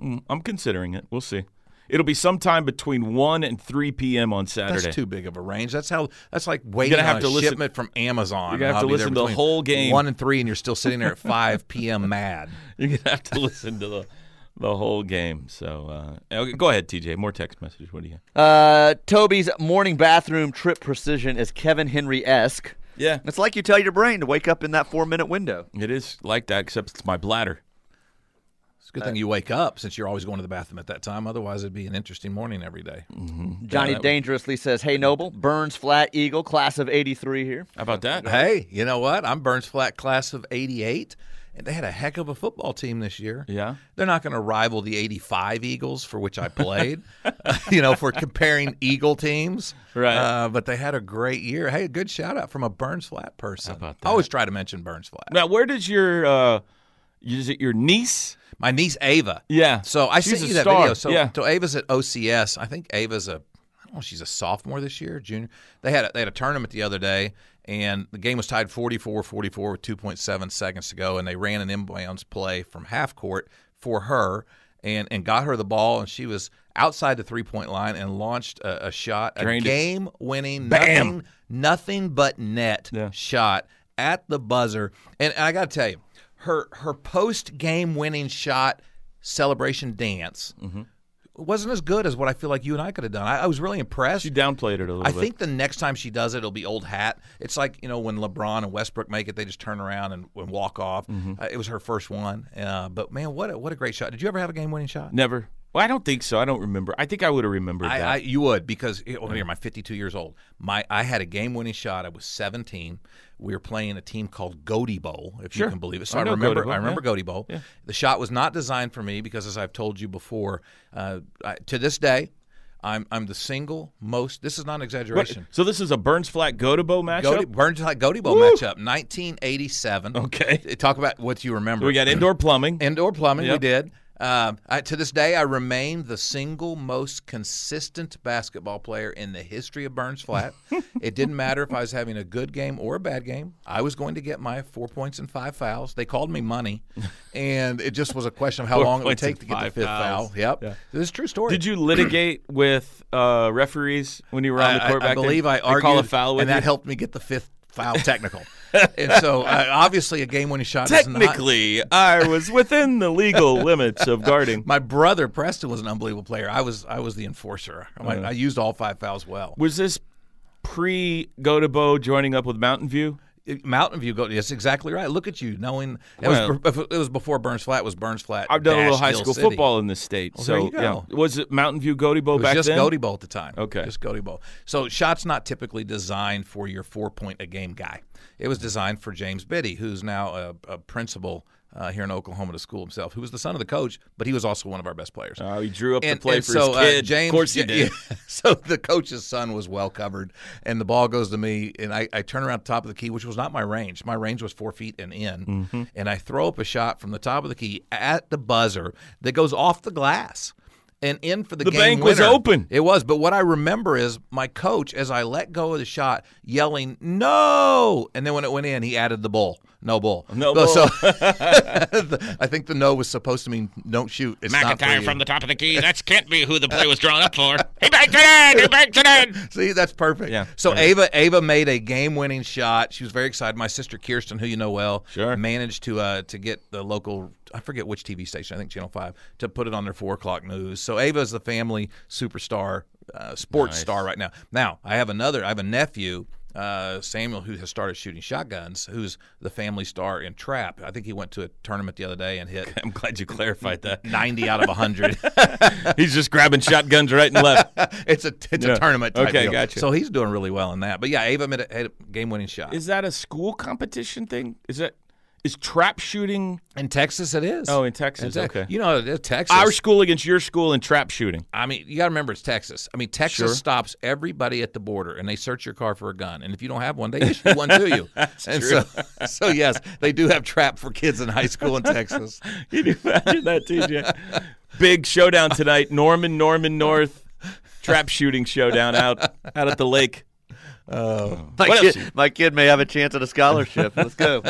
Speaker 1: I'm considering it. We'll see. It'll be sometime between one and three p.m. on Saturday.
Speaker 2: That's too big of a range. That's how. That's like waiting
Speaker 1: gonna
Speaker 2: on
Speaker 1: have
Speaker 2: a
Speaker 1: to listen-
Speaker 2: shipment from Amazon.
Speaker 1: You're gonna have to
Speaker 2: I'll be there
Speaker 1: listen to the
Speaker 2: between
Speaker 1: whole game.
Speaker 2: One and three, and you're still
Speaker 1: *laughs*
Speaker 2: sitting there at five p.m. mad.
Speaker 1: *laughs* You're gonna have to listen to the the whole game. So uh, okay, go ahead, TJ. More text message. What do you? Have?
Speaker 3: Uh, Toby's morning bathroom trip precision is Kevin Henry esque.
Speaker 1: Yeah,
Speaker 3: It's like you tell your brain to wake up in that four minute window.
Speaker 1: it is like that, except it's my bladder.
Speaker 2: It's a good thing you wake up since you're always going to the bathroom at that time. Otherwise, it'd be an interesting morning every day.
Speaker 1: Mm-hmm.
Speaker 3: Johnny
Speaker 1: that-
Speaker 3: Dangerously says, Hey, Noble, Burns Flat Eagle, class of 83 here.
Speaker 1: How about that?
Speaker 2: Hey, you know what? I'm Burns Flat class of '88, and they had a heck of a football team this year.
Speaker 1: Yeah.
Speaker 2: they're not going to rival the '85 Eagles for which I played. *laughs* you know, for comparing Eagle teams,
Speaker 1: Right.
Speaker 2: Uh, but they had a great year. Hey, a good shout out from a Burns Flat person.
Speaker 1: about
Speaker 2: I always try to mention Burns Flat.
Speaker 1: Now, where does your uh, is it your niece?
Speaker 2: My niece Ava.
Speaker 1: Yeah.
Speaker 2: So I
Speaker 1: She's
Speaker 2: sent
Speaker 1: a
Speaker 2: you that
Speaker 1: star.
Speaker 2: video. So,
Speaker 1: Yeah.
Speaker 2: so Ava's at OCS. I think Ava's a I don't know, she's a sophomore this year, junior. They had a, they had a tournament the other day and the game was tied 44-44 with 2.7 seconds to go and they ran an inbounds play from half court for her and and got her the ball and she was outside the three-point line and launched a, a shot
Speaker 1: Drained it.
Speaker 2: a game-winning
Speaker 1: Bam!
Speaker 2: nothing nothing but net
Speaker 1: Yeah.
Speaker 2: shot at the buzzer. And, and I got to tell you, her her post game winning shot celebration dance wasn't as good as what I feel like you and I could have done. I, I was really impressed.
Speaker 1: She downplayed it a little
Speaker 2: I
Speaker 1: bit.
Speaker 2: think the next time she does it, it'll be old hat. It's like you know when LeBron and Westbrook make it, they just turn around and, and walk off.
Speaker 1: Mm-hmm.
Speaker 2: Uh, it was her first one, uh, but man, what a, what a great shot! Did you ever have a game winning shot?
Speaker 1: never. Well, I don't think so. I don't remember. I think I would have remembered
Speaker 2: I,
Speaker 1: that.
Speaker 2: I, you would because you know, here, I'm 52 years old. My I had a game winning shot. I was 17. We were playing a team called Goaty Bowl, if
Speaker 1: Sure.
Speaker 2: you can believe it.
Speaker 1: I
Speaker 2: So I,
Speaker 1: know
Speaker 2: remember.
Speaker 1: Goatee Bowl,
Speaker 2: I remember
Speaker 1: yeah.
Speaker 2: Goaty Bowl. The shot was not designed for me because, as I've told you before, uh, I, to this day, I'm I'm the single most. This is not an
Speaker 1: What-
Speaker 2: exaggeration.
Speaker 1: so this is a Burns Flat Godebo matchup.
Speaker 2: Goaty, Burns like Goaty Bowl matchup, 1987.
Speaker 1: Okay.
Speaker 2: talk about what you remember.
Speaker 1: we got indoor plumbing.
Speaker 2: Indoor plumbing,
Speaker 1: Yep.
Speaker 2: we did. Um, I, to this day, I remain the single most consistent basketball player in the history of
Speaker 1: *laughs*
Speaker 2: Burns Flat. it didn't matter if I was having a good game or a bad game. I was going to get my four points and five fouls. They called
Speaker 1: *laughs*
Speaker 2: me money, and it just was a question of how
Speaker 1: Four
Speaker 2: long it would
Speaker 1: points
Speaker 2: take
Speaker 1: and
Speaker 2: to get the
Speaker 1: five
Speaker 2: fifth
Speaker 1: fouls.
Speaker 2: foul. Yep,
Speaker 1: Yeah.
Speaker 2: this is a true story.
Speaker 1: Did you litigate *clears throat* with uh, referees when you were on the
Speaker 2: I-
Speaker 1: court
Speaker 2: I,
Speaker 1: back
Speaker 2: I believe
Speaker 1: then?
Speaker 2: I
Speaker 1: They
Speaker 2: argued,
Speaker 1: call a foul with
Speaker 2: and that
Speaker 1: you?
Speaker 2: helped me get the fifth
Speaker 1: *laughs*
Speaker 2: foul technical. and so, uh, obviously, a game-winning shot is not
Speaker 1: Technically, I was within the
Speaker 2: *laughs*
Speaker 1: legal limits of guarding.
Speaker 2: My brother Preston was an unbelievable player. I was I was the enforcer. I,
Speaker 1: Uh-huh.
Speaker 2: I used all five fouls well.
Speaker 1: Was this pre Godebo joining up with Mountain View?
Speaker 2: It- Mountain View go. That's exactly right. Look at you knowing. It,
Speaker 1: Well-
Speaker 2: was, bef- it was before Burns Flat was Burns Flat.
Speaker 1: I've done a
Speaker 2: dash
Speaker 1: little high
Speaker 2: Hill
Speaker 1: school
Speaker 2: City.
Speaker 1: football in this state. so
Speaker 2: there you go.
Speaker 1: yeah, was it Mountain View Godebo
Speaker 2: It was
Speaker 1: back
Speaker 2: just
Speaker 1: then?
Speaker 2: Goaty Bowl at the time.
Speaker 1: Okay.
Speaker 2: Just Goaty Bowl. So shots not typically designed for your four point a game guy. It was designed for James Biddy, who's now a, a principal uh, here in Oklahoma to school himself, who was the son of the coach, but he was also one of our best players.
Speaker 1: Oh, he drew up the
Speaker 2: And-
Speaker 1: play
Speaker 2: and
Speaker 1: for
Speaker 2: so,
Speaker 1: his
Speaker 2: uh,
Speaker 1: kid.
Speaker 2: James,
Speaker 1: of course he
Speaker 2: yeah, *laughs*
Speaker 1: did.
Speaker 2: yeah. So the coach's son was well covered, and the ball goes to me, and I, I turn around the top of the key, which was not my range. My range was four feet and in,
Speaker 1: Mm-hmm.
Speaker 2: and I throw up a shot from the top of the key at the buzzer that goes off the glass. And in for the,
Speaker 1: The
Speaker 2: game
Speaker 1: bank was
Speaker 2: winner.
Speaker 1: open.
Speaker 2: It was, but what I remember is my coach, as I let go of the shot, yelling "No!" And then when it went in, he added the bull. No bull.
Speaker 1: No
Speaker 2: But
Speaker 1: bull.
Speaker 2: So *laughs* I think the no was supposed to mean don't shoot. It's not for
Speaker 4: McIntyre
Speaker 2: you.
Speaker 4: from the top of the key. That can't be
Speaker 2: *laughs*
Speaker 4: who the play was drawn up for. he banked it in. He banked it in.
Speaker 2: See, that's perfect.
Speaker 1: Yeah.
Speaker 2: So Ava Ava made a game winning shot. She was very excited. My sister Kirsten, who you know well,
Speaker 1: Sure.
Speaker 2: managed to uh, to get the local I forget which TV station, I think Channel Five, to put it on their four o'clock news. So Ava is the family superstar, uh, sports star right now. Now I have another. I have a nephew. Uh, Samuel, who has started shooting shotguns, who's the family star in trap. I think he went to a tournament the other day and
Speaker 1: *laughs*
Speaker 2: hit
Speaker 1: *laughs* I'm glad you clarified
Speaker 2: *laughs*
Speaker 1: that.
Speaker 2: 90 out
Speaker 1: *laughs*
Speaker 2: of 100.
Speaker 1: He's just grabbing shotguns right and left.
Speaker 2: *laughs* it's a it's
Speaker 1: Yeah.
Speaker 2: a tournament. Type
Speaker 1: Okay,
Speaker 2: deal.
Speaker 1: gotcha.
Speaker 2: So he's doing really well in that. But yeah, Ava made a, had a game winning shot.
Speaker 1: Is that a school competition thing? Is that is trap shooting?
Speaker 2: in Texas, it is.
Speaker 1: Oh, in Texas.
Speaker 2: Te-
Speaker 1: okay.
Speaker 2: You know, it- Texas.
Speaker 1: Our school against your school and trap shooting.
Speaker 2: I mean, you got to remember it's Texas. I mean, Texas
Speaker 1: Sure.
Speaker 2: stops everybody at the border and they search your car for a gun. And if you don't have one, they issue one
Speaker 1: *laughs*
Speaker 2: to you. and so, *laughs* so yes, they do have trap for kids in high school
Speaker 1: *laughs*
Speaker 2: in Texas.
Speaker 1: Can you imagine that, TJ? Big showdown tonight. Norman, Norman North. Trap shooting showdown out out at the lake.
Speaker 3: My,
Speaker 1: What else
Speaker 3: kid, my kid may have a chance at a scholarship. Let's
Speaker 1: *laughs*
Speaker 3: go.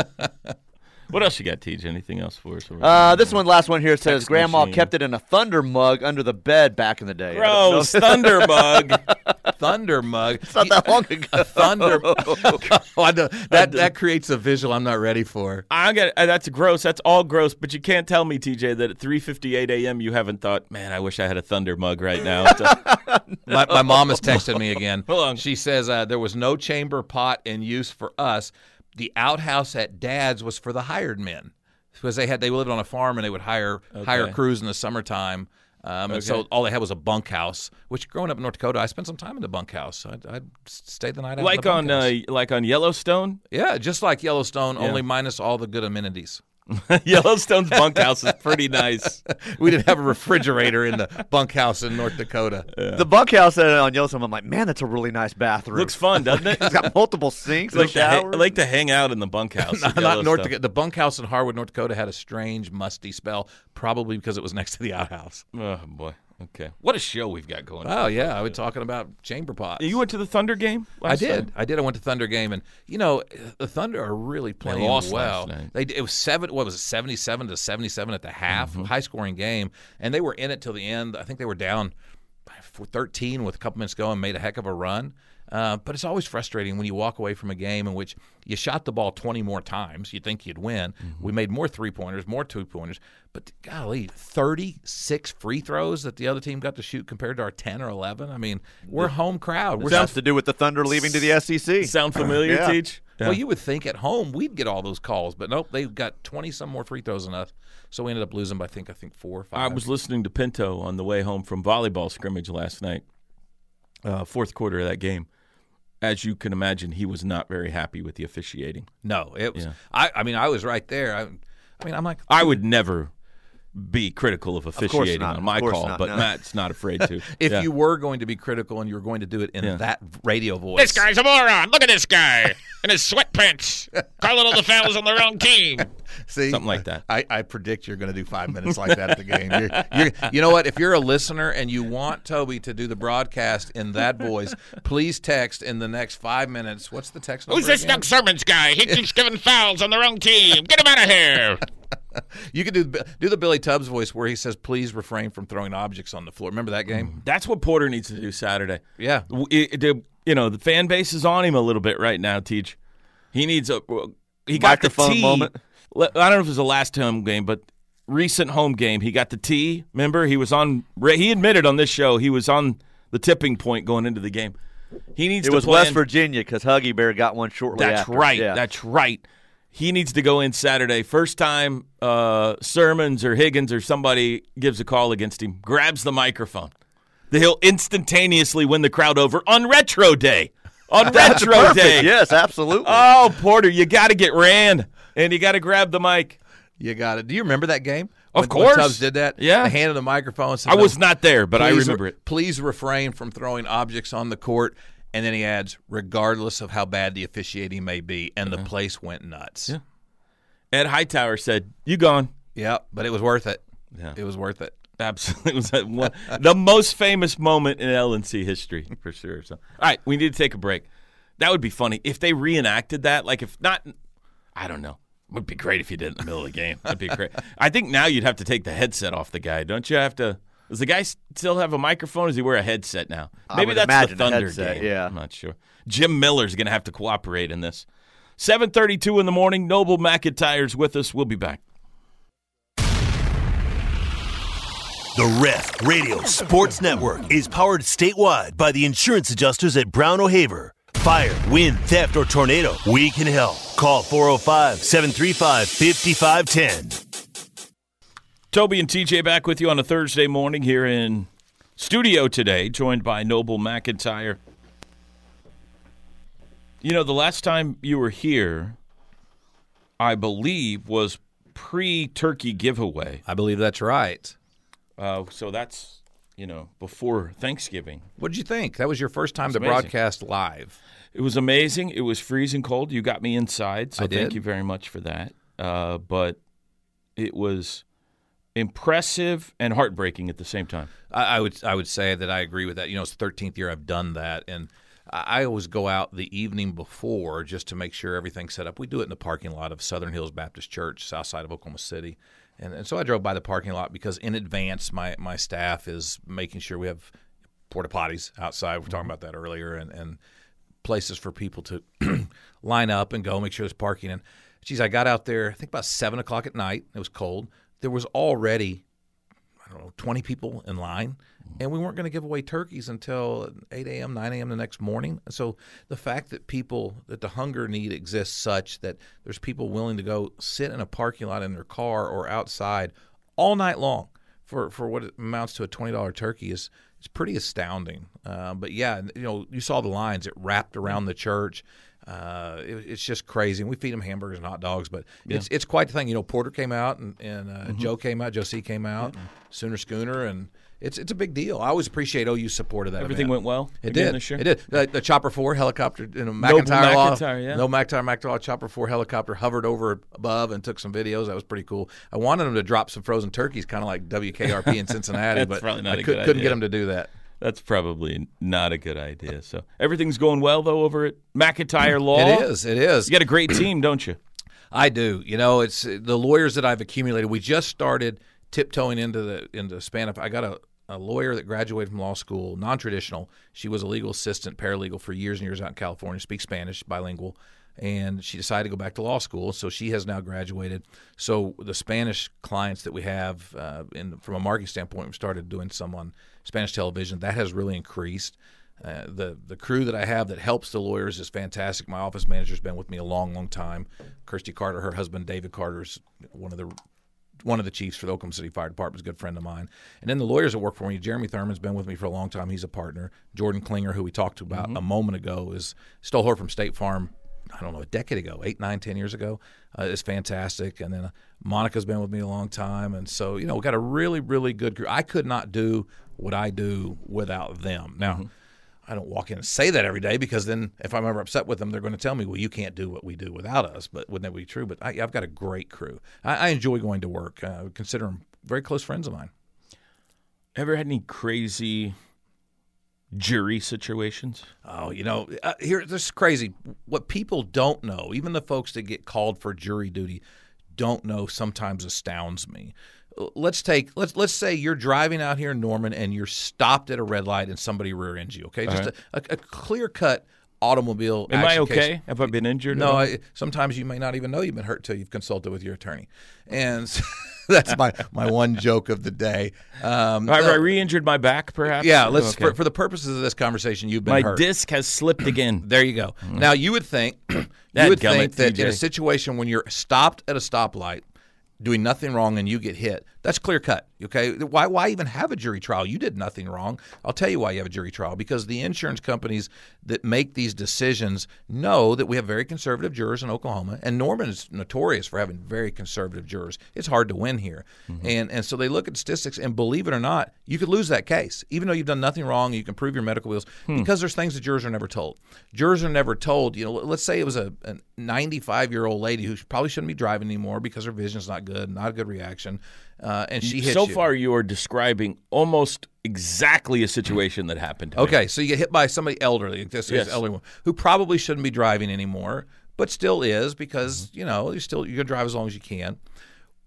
Speaker 1: What else you got, TJ? Anything else for us?
Speaker 3: Uh, this one, last one here says
Speaker 1: Text
Speaker 3: Grandma
Speaker 1: machine.
Speaker 3: kept it in a thunder mug under the bed back in the day. I don't know
Speaker 1: Gross,
Speaker 2: *laughs*
Speaker 1: Thunderbug.
Speaker 2: Thunder mug.
Speaker 3: It's not that long
Speaker 1: *laughs*
Speaker 3: ago.
Speaker 2: Thunder. *laughs* Oh, I know. that that creates a visual I'm not ready for.
Speaker 1: I got uh, that's gross. That's all gross. But you can't tell me, TJ, that at 3:58 a.m. you haven't thought, man, I wish I had a thunder mug right
Speaker 2: *laughs*
Speaker 1: now. It's a-
Speaker 2: My, my
Speaker 1: *laughs*
Speaker 2: mom has texted me again.
Speaker 1: Hold on.
Speaker 2: She says uh, there was no chamber pot in use for us. The outhouse at Dad's was for the hired men because they had they lived on a farm and they would hire hire crews in the summertime. Um, And so all they had was a bunkhouse. Which growing up in North Dakota, I spent some time in the bunkhouse. I, I stayed the night out.
Speaker 1: *laughs*
Speaker 2: in
Speaker 1: like
Speaker 2: the
Speaker 1: on
Speaker 2: bunkhouse.
Speaker 1: uh, like on Yellowstone. *laughs*
Speaker 2: yeah, just like Yellowstone, only minus all the good amenities.
Speaker 1: Yellowstone's bunkhouse is pretty nice.
Speaker 2: We didn't have a refrigerator
Speaker 1: *laughs*
Speaker 2: in the bunkhouse in North Dakota.
Speaker 3: The bunkhouse on Yellowstone, I'm like, man, that's a really nice bathroom.
Speaker 1: Looks fun, doesn't
Speaker 2: *laughs*
Speaker 1: it?
Speaker 3: It's got multiple sinks,
Speaker 1: like
Speaker 3: like
Speaker 1: to ha-
Speaker 3: shower.
Speaker 1: like to hang out in the bunkhouse. at
Speaker 2: *laughs* not North
Speaker 1: Yellowstone.
Speaker 2: Dakota. The bunkhouse in Harwood, North Dakota, had a strange, musty spell, probably because it was next to the outhouse.
Speaker 1: Oh boy. Okay. What a show we've got going. on.
Speaker 2: Oh yeah, I was talking about chamber pots.
Speaker 1: You went to the Thunder game.
Speaker 2: I
Speaker 1: Last
Speaker 2: did.
Speaker 1: night?
Speaker 2: I did. I went to Thunder game, and you know the Thunder are really playing
Speaker 1: lost
Speaker 2: well.
Speaker 1: last night.
Speaker 2: They it was seven. What was it? Seventy-seven to seventy-seven at the half.
Speaker 1: Mm-hmm.
Speaker 2: High scoring game, and they were in it till the end. I think they were down by f- thirteen with a couple minutes to go and made a heck of a run. Uh, but it's always frustrating when you walk away from a game in which you shot the ball 20 more times. You'd think you'd win.
Speaker 1: Mm-hmm.
Speaker 2: We made more three pointers, more two pointers, but golly, 36 free throws that the other team got to shoot compared to our 10 or 11. I mean, we're home crowd. We're
Speaker 3: Has to do with the Thunder leaving to the E SEC.
Speaker 1: Sound familiar,
Speaker 3: Yeah.
Speaker 1: Teach?
Speaker 2: well, you would think at home we'd get all those calls, but nope, they've got twenty some more free throws than us. So we ended up losing by I think I think four or
Speaker 1: I
Speaker 2: five.
Speaker 1: was listening to Pinto on the way home from volleyball scrimmage last night, uh, fourth quarter of that game. As you can imagine, he was not very happy with the officiating.
Speaker 2: no, it was. I, I mean, I was right there. I, I mean, I'm like,
Speaker 1: I would never be critical of
Speaker 3: course
Speaker 1: officiating
Speaker 3: not.
Speaker 1: on
Speaker 3: Of
Speaker 1: my
Speaker 3: course
Speaker 1: call,
Speaker 3: not,
Speaker 1: but
Speaker 3: no.
Speaker 1: Matt's not afraid
Speaker 3: *laughs*
Speaker 1: to.
Speaker 2: if
Speaker 1: Yeah.
Speaker 2: you were going to be critical and you were going to do it in that radio voice,
Speaker 4: This guy's a moron. Look at this guy in his sweatpants, calling all the fouls on the wrong team.
Speaker 2: See,
Speaker 1: Something like that.
Speaker 2: I, I predict you're going to do five minutes like that at the game. You're, you're, you know what? If you're a listener and you want Toby to do the broadcast in that voice, *laughs* please text in the next five minutes. What's the text?
Speaker 4: Who's
Speaker 2: number
Speaker 4: this
Speaker 2: again?
Speaker 4: Doug Sermons guy? He keeps giving fouls on the wrong team. Get him out of here.
Speaker 2: You could do do the Billy Tubbs voice where he says, "Please refrain from throwing objects on the floor." Remember that game?
Speaker 1: That's what Porter needs to do Saturday.
Speaker 2: Yeah.
Speaker 1: W- it- the- you know the fan base is on him a little bit right now. Teach, he needs a well, he got
Speaker 3: Microphone
Speaker 1: the T.
Speaker 3: moment.
Speaker 1: Le- I don't know if it was the last home game, but recent home game, he got the T. Remember, he was on. re- He admitted on this show he was on the tipping point going into the game. He needs
Speaker 3: It
Speaker 1: to
Speaker 3: was
Speaker 1: play
Speaker 3: West
Speaker 1: in-
Speaker 3: Virginia because Huggy Bear got one shortly
Speaker 1: That's
Speaker 3: after.
Speaker 1: right.
Speaker 3: Yeah.
Speaker 1: That's right. He needs to go in Saturday. First time uh, Sermons or Higgins or somebody gives a call against him, grabs the microphone. He'll instantaneously win the crowd over on Retro Day. On
Speaker 3: *laughs* That's
Speaker 1: Retro
Speaker 3: perfect.
Speaker 1: Day.
Speaker 3: Yes, absolutely.
Speaker 1: Oh, Porter, you got to get ran and you got to grab the mic.
Speaker 2: You got it. Do you remember that game?
Speaker 1: Of
Speaker 2: When-
Speaker 1: course.
Speaker 2: When Tubbs did that.
Speaker 1: Yeah.
Speaker 2: They handed the microphone. and said,
Speaker 1: I
Speaker 2: "No,
Speaker 1: was not there, but I
Speaker 2: please-
Speaker 1: remember it.
Speaker 2: Please refrain from throwing objects on the court. And then he adds, regardless of how bad the officiating may be, and the place went nuts. Yeah.
Speaker 1: Ed Hightower said, "You gone."
Speaker 2: but it was worth it.
Speaker 1: Yeah.
Speaker 2: It was worth it.
Speaker 1: Absolutely, *laughs* it was that one, the most famous moment in LNC history for sure. So, all right, we need to take a break. That would be funny if they reenacted that. Like, if not, I don't know. It would be great if you did it in the middle of the game. That'd be great. I think now you'd have to take the headset off the guy. Don't you have to? Does the guy s- still have a microphone? Does he wear a headset now? Maybe
Speaker 3: would
Speaker 1: that's the
Speaker 3: imagine a
Speaker 1: Thunder
Speaker 3: headset,
Speaker 1: game.
Speaker 3: yeah.
Speaker 1: I'm not sure. Jim Miller's going to have to cooperate in this. 7:32 in the morning. Noble McIntyre's with us. We'll be back.
Speaker 5: The Ref Radio Sports Network is powered statewide by the insurance adjusters at Brown O'Haver. Fire, wind, theft, or tornado, we can help. Call 405 735 5510.
Speaker 1: Toby and TJ back with you on a Thursday morning here in studio today, joined by Noble McIntyre. You know, the last time you were here, I believe, was pre turkey giveaway.
Speaker 2: I believe that's right.
Speaker 1: Uh, so that's, you know, before Thanksgiving.
Speaker 2: What did you think? That was your first time to
Speaker 1: amazing.
Speaker 2: broadcast live.
Speaker 1: It was amazing. It was freezing cold. You got me inside, so
Speaker 2: I
Speaker 1: thank
Speaker 2: did.
Speaker 1: you very much for that. Uh, but it was impressive and heartbreaking at the same time.
Speaker 2: I, I would I would say that I agree with that. You know, it's the thirteenth year I've done that, and I I always go out the evening before just to make sure everything's set up. We do it in the parking lot of Southern Hills Baptist Church, south side of Oklahoma City. And, and so I drove by the parking lot because in advance my, my staff is making sure we have porta potties outside. We were talking about that earlier, and, and places for people to *clears throat* line up and go, make sure there's parking. And geez, I got out there, I think about seven o'clock at night. It was cold. There was already I don't know, 20 people in line, and we weren't going to give away turkeys until 8 a.m., 9 a.m. the next morning. So the fact that people, that the hunger need exists such that there's people willing to go sit in a parking lot in their car or outside all night long for, for what amounts to a $20 turkey is, is pretty astounding. Uh, but yeah, you know, you saw the lines, it wrapped around the church. Uh, it, it's just crazy. And we feed them hamburgers and hot dogs, but it's it's quite the thing. You know, Porter came out and, and uh,
Speaker 1: Mm-hmm.
Speaker 2: Joe came out, Joe C came out, Sooner Schooner, and it's it's a big deal. I always appreciate OU's support of that.
Speaker 1: Everything
Speaker 2: event.
Speaker 1: went well
Speaker 2: It
Speaker 1: again
Speaker 2: did.
Speaker 1: this year?
Speaker 2: It did. The, the chopper four helicopter, you know, McIntyre, law,
Speaker 1: McIntyre, yeah.
Speaker 2: no McIntyre, McIntyre chopper four helicopter hovered over above and took some videos. That was pretty cool. I wanted them to drop some frozen turkeys, kind of like
Speaker 1: *laughs*
Speaker 2: WKRP in Cincinnati,
Speaker 1: That's
Speaker 2: but
Speaker 1: probably not
Speaker 2: I
Speaker 1: a
Speaker 2: could,
Speaker 1: good
Speaker 2: couldn't
Speaker 1: idea.
Speaker 2: get them to do that.
Speaker 1: That's probably not a good idea. So everything's going well though over at McIntyre Law.
Speaker 2: It is. It is.
Speaker 1: You got a great team, don't you?
Speaker 2: I do. You know, it's the lawyers that I've accumulated. We just started tiptoeing into the into the span of. I got a, a lawyer that graduated from law school, non traditional. She was a legal assistant, paralegal for years and years out in California. Speaks Spanish, bilingual, and she decided to go back to law school. So she has now graduated. So the Spanish clients that we have, uh, in from a marketing standpoint, we started doing some on Spanish television. That has really increased. Uh, the the crew that I have that helps the lawyers is fantastic. My office manager's been with me a long, long time. Kirsty Carter, her husband David Carter's one of the one of the chiefs for the Oklahoma City Fire Department, is a good friend of mine. And then the lawyers that work for me, Jeremy Thurman's been with me for a long time. He's a partner. Jordan Klinger, who we talked about a moment ago, is stole her from State Farm. I don't know, a decade ago, eight, nine, ten years ago, uh, is fantastic. And then uh, Monica's been with me a long time, and so you know, we got a really, really good group. I could not do what I do without them. Now, I don't walk in and say that every day because then if I'm ever upset with them, they're going to tell me, well, you can't do what we do without us. But wouldn't that be true? But I, I've got a great crew. I, I enjoy going to work. Uh, I consider them very close friends of mine.
Speaker 1: Ever had any crazy jury situations?
Speaker 2: Oh, you know, uh, here this is crazy. What people don't know, even the folks that get called for jury duty, don't know. Sometimes astounds me. L- Let's take let's let's say you're driving out here in Norman and you're stopped at a red light and somebody rear ends you. Okay, just a, a, a clear cut automobile.
Speaker 1: Am I
Speaker 2: action case.
Speaker 1: okay? Have I been injured?
Speaker 2: No, I, sometimes you may not even know you've been hurt till you've consulted with your attorney, and *laughs* so that's my my one joke of the day. Um,
Speaker 1: Have
Speaker 2: no-
Speaker 1: I re-injured my back? Perhaps.
Speaker 2: yeah, let's
Speaker 1: Okay.
Speaker 2: for, for the purposes of this conversation, you've been
Speaker 1: my
Speaker 2: hurt.
Speaker 1: disc has
Speaker 2: *clears throat*
Speaker 1: slipped again.
Speaker 2: There you go. Now you would think *clears throat* you would
Speaker 1: gummit,
Speaker 2: think that in
Speaker 1: TJ.
Speaker 2: a situation when you're stopped at a stoplight, doing nothing wrong, and you get hit, that's clear cut. Okay, why why even have a jury trial? You did nothing wrong. I'll tell you why you have a jury trial because the insurance companies that make these decisions know that we have very conservative jurors in Oklahoma, and Norman is notorious for having very conservative jurors. It's hard to win here,
Speaker 1: Mm-hmm.
Speaker 2: and and so they look at statistics, and believe it or not, you could lose that case even though you've done nothing wrong. You can prove your medical bills
Speaker 1: Hmm.
Speaker 2: because there's things that jurors are never told. Jurors are never told. You know, let's say it was a 95 year old lady who probably shouldn't be driving anymore because her vision's not good, not a good reaction, uh, and she hits
Speaker 1: so
Speaker 2: you.
Speaker 1: far, you are describing almost exactly a situation that happened. to me.
Speaker 2: Okay, so you get hit by somebody elderly, like this
Speaker 1: Yes.
Speaker 2: yes. elderly woman, who probably shouldn't be driving anymore, but still is because you know you still you're gonna drive as long as you can.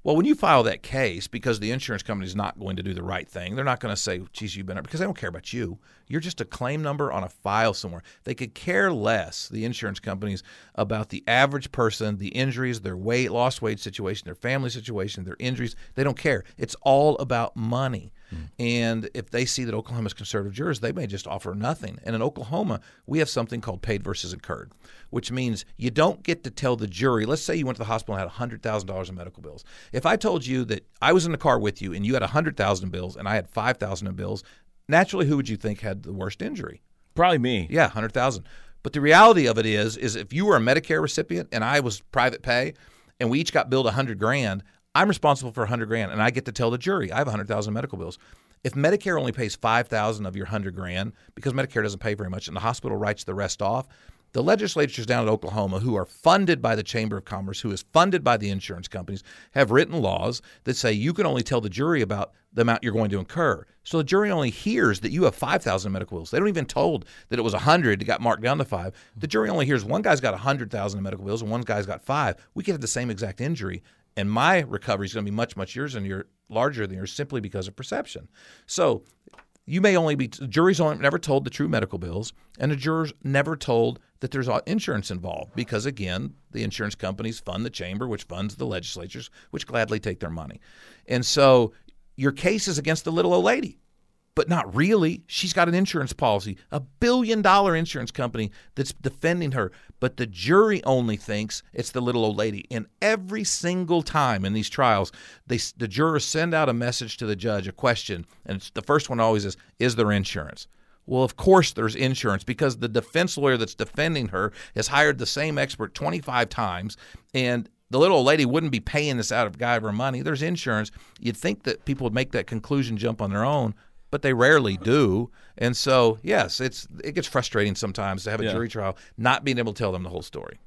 Speaker 2: Well, when you file that case, because the insurance company's not going to do the right thing, they're not going to say, "Geez, you've been," up," because they don't care about you. You're just a claim number on a file somewhere. They could care less, the insurance companies, about the average person, the injuries, their weight, lost weight situation, their family situation, their injuries. They don't care. It's all about money. And if they see that Oklahoma's conservative jurors, they may just offer nothing. And in Oklahoma, we have something called paid versus incurred, which means you don't get to tell the jury. Let's say you went to the hospital and had $100,000 in medical bills. If I told you that I was in the car with you and you had 100,000 in bills and I had 5,000 in bills, naturally who would you think had the worst injury?
Speaker 1: probably me.
Speaker 2: Yeah, hundred thousand. But the reality of it is, is if you were a Medicare recipient and I was private pay, and we each got billed a hundred grand, I'm responsible for a hundred grand, and I get to tell the jury I have a hundred thousand medical bills. If Medicare only pays five thousand of your hundred grand because Medicare doesn't pay very much, and the hospital writes the rest off. The legislatures down at Oklahoma, who are funded by the Chamber of Commerce, who is funded by the insurance companies, have written laws that say you can only tell the jury about the amount you're going to incur. So the jury only hears that you have 5,000 medical bills. They don't even told that it was 100 that got marked down to five. The jury only hears one guy's got 100,000 in medical bills and one guy's got five. We could have the same exact injury, and my recovery is going to be much, much yours and your larger than yours simply because of perception. So you may only be juries only never told the true medical bills, and the jurors never told that there's all- insurance involved because again, the insurance companies fund the chamber, which funds the legislatures, which gladly take their money, and so your case is against the little old lady. But not really. She's got an insurance policy, a billion dollar insurance company that's defending her. But the jury only thinks it's the little old lady. And every single time in these trials, they, the jurors send out a message to the judge, a question. And it's, the first one always is Is there insurance? Well, of course there's insurance because the defense lawyer that's defending her has hired the same expert 25 times and the little old lady wouldn't be paying this out of guy of her money. There's insurance. You'd think that people would make that conclusion jump on their own, but they rarely do. And so, yes, it's it gets frustrating sometimes to have a
Speaker 1: Yeah.
Speaker 2: jury trial not being able to tell them the whole story.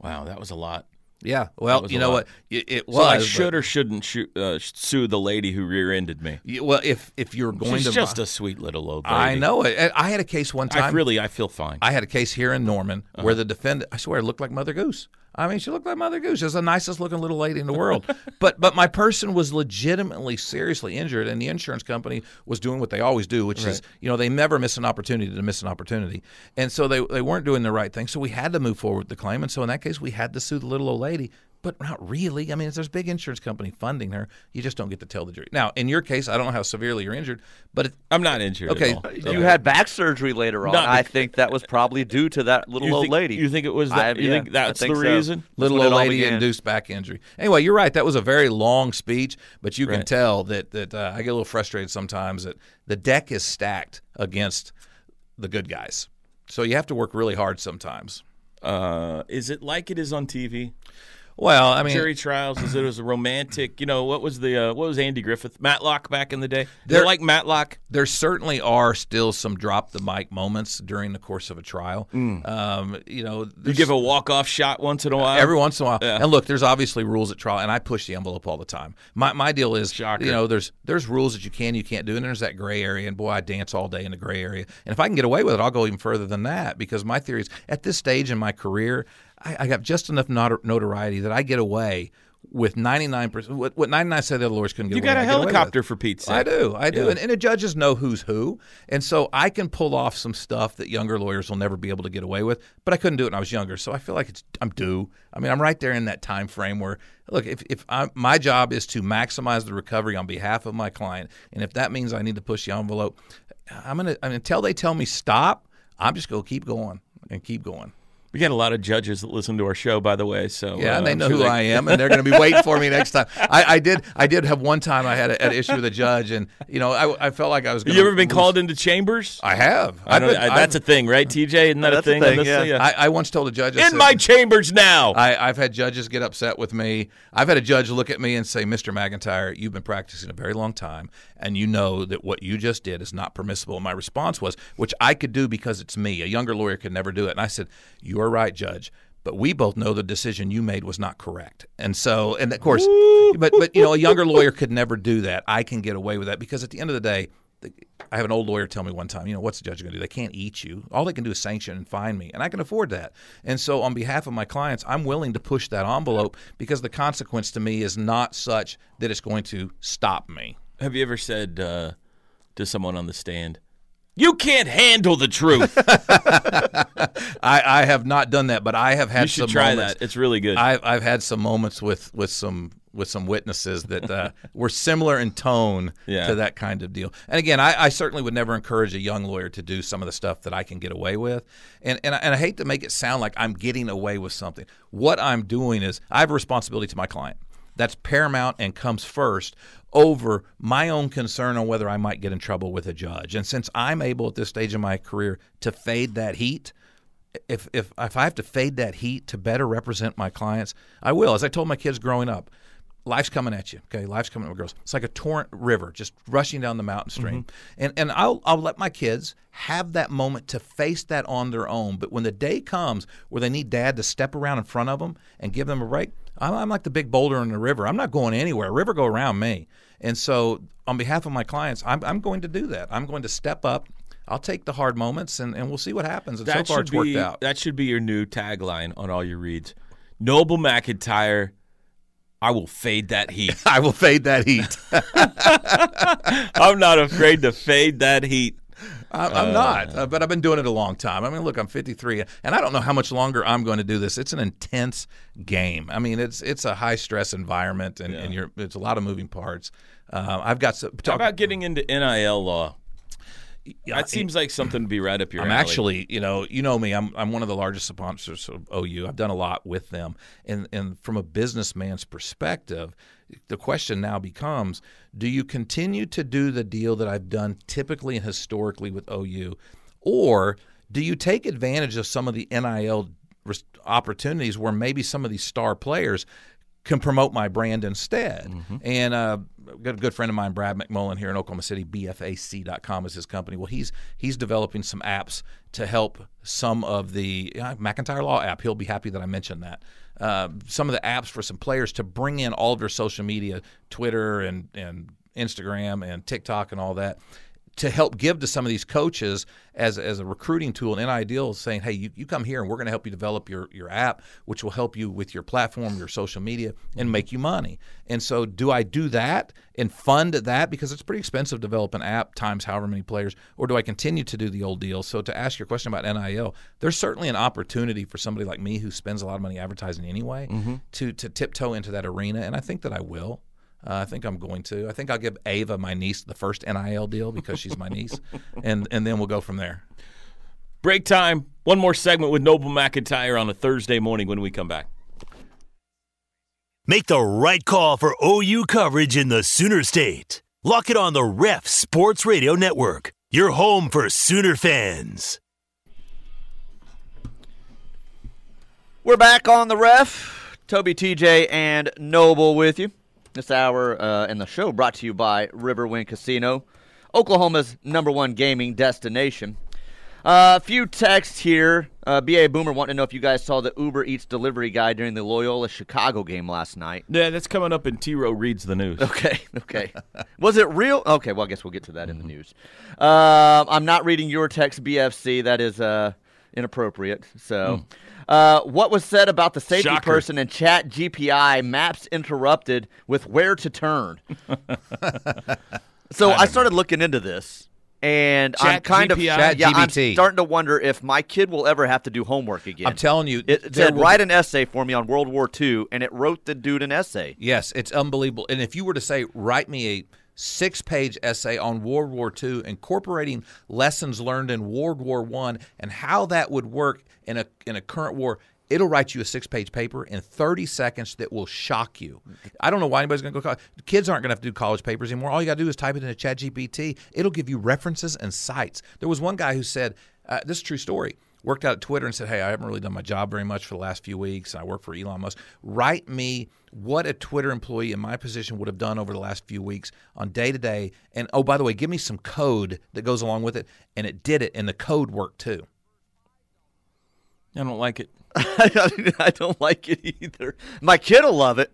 Speaker 1: Wow, that was a lot.
Speaker 2: Yeah. Well,
Speaker 1: was
Speaker 2: you
Speaker 1: a
Speaker 2: know
Speaker 1: lot.
Speaker 2: what? It, it was.
Speaker 1: So I
Speaker 2: but-
Speaker 1: should or shouldn't shoo- uh, sue the lady who rear-ended me.
Speaker 2: Yeah, well, if if you're going
Speaker 1: She's
Speaker 2: to
Speaker 1: just a sweet little old lady.
Speaker 2: I know it. I I had a case one
Speaker 1: I
Speaker 2: time.
Speaker 1: really, I feel fine.
Speaker 2: I had a case here in Norman where the defendant, I swear, looked like Mother Goose. I mean, she looked like Mother Goose. She's the nicest looking little lady in the world. but but my person was legitimately seriously injured, and the insurance company was doing what they always do, which is you know they never miss an opportunity to miss an opportunity, and so they they weren't doing the right thing. So we had to move forward with the claim, and so in that case, we had to sue the little old lady. But not really. I mean, if there's a big insurance company funding her, you just don't get to tell the jury. Now, in your case, I don't know how severely you're injured, but it,
Speaker 1: I'm not injured. at
Speaker 2: Okay,
Speaker 1: all.
Speaker 2: you
Speaker 1: Okay.
Speaker 3: You had back surgery later on.
Speaker 1: Not
Speaker 3: I
Speaker 1: bec-
Speaker 3: think that was probably due to that little
Speaker 1: You
Speaker 3: old
Speaker 1: think-
Speaker 3: lady.
Speaker 1: You think it was?
Speaker 3: I
Speaker 1: That,
Speaker 3: have-
Speaker 1: you
Speaker 3: yeah,
Speaker 1: think that's
Speaker 3: I think
Speaker 1: the
Speaker 3: so.
Speaker 1: reason?
Speaker 3: That's
Speaker 2: little
Speaker 3: when it
Speaker 2: old
Speaker 3: all
Speaker 2: lady
Speaker 3: began.
Speaker 2: induced back injury. Anyway, you're right. That was a very long speech, but you can
Speaker 1: Right.
Speaker 2: tell that that uh, I get a little frustrated sometimes that the deck is stacked against the good guys. So you have to work really hard sometimes.
Speaker 1: Uh, is it like it is on TV?
Speaker 2: Well, I mean,
Speaker 1: Jury trials is it was a romantic? You know what was the uh, what was Andy Griffith Matlock back in the day? They're like Matlock.
Speaker 2: there certainly are still some drop the mic moments during the course of a trial.
Speaker 3: Mm.
Speaker 2: Um, you know,
Speaker 1: You give a walk off shot once in a while.
Speaker 2: every once in a while. And look, there's obviously rules at trial, and I push the envelope all the time. My my deal is,
Speaker 1: Shocker.
Speaker 2: you know, there's there's rules that you can, you can't do, and there's that gray area. And boy, I dance all day in the gray area. And if I can get away with it, I'll go even further than that because my theory is at this stage in my career, I, I have just enough not- notoriety that I get away with 99%. What, what 99 said the other lawyers couldn't get
Speaker 1: you
Speaker 2: away
Speaker 1: got a
Speaker 2: with, I get away with.
Speaker 1: helicopter for Pete's sake.
Speaker 2: I do, I do, and, and the judges know who's who, and so I can pull off some stuff that younger lawyers will never be able to get away with. But I couldn't do it when I was younger, so I feel like it's I'm due. I mean, I'm right there in that time frame where look, if if I, my job is to maximize the recovery on behalf of my client, and if that means I need to push the envelope, I'm gonna I mean, until they tell me stop, I'm just gonna keep going and keep going.
Speaker 1: We got a lot of judges that listen to our show, by the way. So
Speaker 2: Yeah,
Speaker 1: uh,
Speaker 2: and they
Speaker 1: I'm
Speaker 2: know
Speaker 1: sure
Speaker 2: who
Speaker 1: they-
Speaker 2: I am, and they're going to be waiting for me next time. I, I did. I did have one time. I had a, an issue with a judge, and you know, I, I felt like I was. Gonna
Speaker 1: You ever been
Speaker 2: lose-
Speaker 1: called into chambers?
Speaker 2: I have.
Speaker 1: I don't, I, that's a thing, right, TJ? Isn't that a
Speaker 3: That's a
Speaker 1: thing? on
Speaker 3: thing,
Speaker 1: this
Speaker 3: yeah.
Speaker 1: thing?
Speaker 2: I, I once told a judge. I
Speaker 1: In
Speaker 2: said-
Speaker 1: my chambers now.
Speaker 2: I, I've had judges get upset with me. I've had a judge look at me and say, Mr. McIntyre, you've been practicing a very long time, and you know that what you just did is not permissible. And my response was, which I could do because it's me. A younger lawyer could never do it. And I said, You're right, Judge. But we both know the decision you made was not correct, and so, and of course, but but you know, a younger lawyer could never do that. I can get away with that because at the end of the day, the- I have an old lawyer tell me one time, you know, what's the judge going to do? They can't eat you. All they can do is sanction and fine me, and I can afford that. And so, on behalf of my clients, I'm willing to push that envelope because the consequence to me is not such that it's going to stop me.
Speaker 1: Have you ever said uh, to someone on the stand, "You can't handle the truth"?
Speaker 2: I, I have not done that, but I have had
Speaker 1: you should
Speaker 2: some
Speaker 1: try
Speaker 2: moments.
Speaker 1: that. It's really good.
Speaker 2: I've, I've had some moments with, with some with some witnesses that
Speaker 1: *laughs*
Speaker 2: uh, were similar in tone
Speaker 1: Yeah.
Speaker 2: to that kind of deal. And again, I, I certainly would never encourage a young lawyer to do some of the stuff that I can get away with. And and I, and I hate to make it sound like I'm getting away with something. What I'm doing is I have a responsibility to my client. That's paramount and comes first over my own concern on whether I might get in trouble with a judge. And since I'm able at this stage of my career to fade that heat, if if if I have to fade that heat to better represent my clients, I will. As I told my kids growing up, life's coming at you. Okay, life's coming at my girls. It's like a torrent river just rushing down the mountain stream, and and I'll I'll let my kids have that moment to face that on their own. But when the day comes where they need dad to step around in front of them and give them a break, I'm, I'm like the big boulder in the river. I'm not going anywhere. River go around me. And so, on behalf of my clients, I'm, I'm going to do that. I'm going to step up. I'll take the hard moments, and, and we'll see what happens. And so far, it's
Speaker 1: be, *laughs*
Speaker 2: worked out.
Speaker 1: That should be your new tagline on all your reads. Noble McIntyre, I will fade that *laughs* heat.
Speaker 2: I will fade that heat.
Speaker 1: I'm not afraid to fade that heat.
Speaker 2: *laughs* I, I'm not, uh, but I've been doing it a long time. I mean, look, I'm 53, and I don't know how much longer I'm going to do this. It's an intense game. I mean, it's it's a high stress environment, and, and you're it's a lot of moving parts. Uh, I've got some.
Speaker 1: How
Speaker 2: Talk,
Speaker 1: about getting into NIL law? That seems like something to be right up your
Speaker 2: I'm
Speaker 1: alley.
Speaker 2: actually, you know, you know me. I'm I'm one of the largest sponsors of OU. I've done a lot with them, and and from a businessman's perspective, the question now becomes: Do you continue to do the deal that I've done typically and historically with OU, or do you take advantage of some of the NIL res- opportunities where maybe some of these star players can promote my brand instead. And uh, I've got a good friend of mine, Brad McMullen, here in Oklahoma City, BFAC.com is his company. Well, he's he's developing some apps to help some of the uh, McIntyre Law app. He'll be happy that I mentioned that. Uh, some of the apps for some players to bring in all of their social media, Twitter and and Instagram and TikTok and all that to help give to some of these coaches as, as a recruiting tool and ideal is saying hey you, you come here and we're going to help you develop your, your app which will help you with your platform your social media and make you money and so do i do that and fund that because it's pretty expensive to develop an app times however many players or do i continue to do the old deal so to ask your question about nil there's certainly an opportunity for somebody like me who spends a lot of money advertising anyway to, to tiptoe into that arena and i think that i will uh, I think I'm going to. I think I'll give Ava, my niece, the first NIL deal because she's my
Speaker 3: *laughs*
Speaker 2: niece, and and then we'll go from there.
Speaker 1: Break time. One more segment with Noble McIntyre on a Thursday morning when we come back.
Speaker 5: Make the right call for OU coverage in the Sooner State. Lock it on the Ref Sports Radio Network, your home for Sooner fans.
Speaker 3: We're back on the ref. Toby, TJ, and Noble with you. This hour uh, and the show brought to you by Riverwind Casino, Oklahoma's number one gaming destination. A few texts here. Uh, BA Boomer wanting to know if you guys saw the Uber Eats delivery guy during the Loyola Chicago game last night.
Speaker 1: Yeah, that's coming up in T Row Reads the News.
Speaker 3: Okay, *laughs* okay. Was it real? Okay, well, I guess we'll get to that
Speaker 2: Mm-hmm.
Speaker 3: in the news. Uh, I'm not reading your text, BFC. That is uh, inappropriate. So,
Speaker 2: Hmm.
Speaker 3: uh, what was said about the safety
Speaker 1: Shocker.
Speaker 3: person in chat GPI maps interrupted with where
Speaker 2: *laughs*
Speaker 3: to turn? so, I, started looking into this. And I'm
Speaker 1: Chat
Speaker 3: kind
Speaker 1: GPI?
Speaker 3: of yeah, I'm
Speaker 2: GBT.
Speaker 3: starting to wonder if my kid will ever have to do homework again.
Speaker 2: I'm telling you,
Speaker 3: it
Speaker 2: there
Speaker 3: said
Speaker 2: will-
Speaker 3: write an essay for me on World War II, and it wrote the dude an essay.
Speaker 2: Yes, it's unbelievable. And if you were to say, write me a six page essay on World War II, incorporating lessons learned in World War One and how that would work in a in a current war. It'll write you a six page paper in 30 seconds that will shock you. I don't know why anybody's going to go college. Kids aren't going to have to do college papers anymore. All you got to do is type it into ChatGPT. It'll give you references and sites. There was one guy who said, uh, This is a true story worked out at Twitter and said, "Hey, I haven't really done my job very much for the last few weeks, and I work for Elon Musk. Write me what a Twitter employee in my position would have done over the last few weeks on day to day, and oh, by the way, give me some code that goes along with it." And it did it, and the code worked too.
Speaker 1: I don't like it.
Speaker 3: *laughs* I don't like it either. My kid'll love it.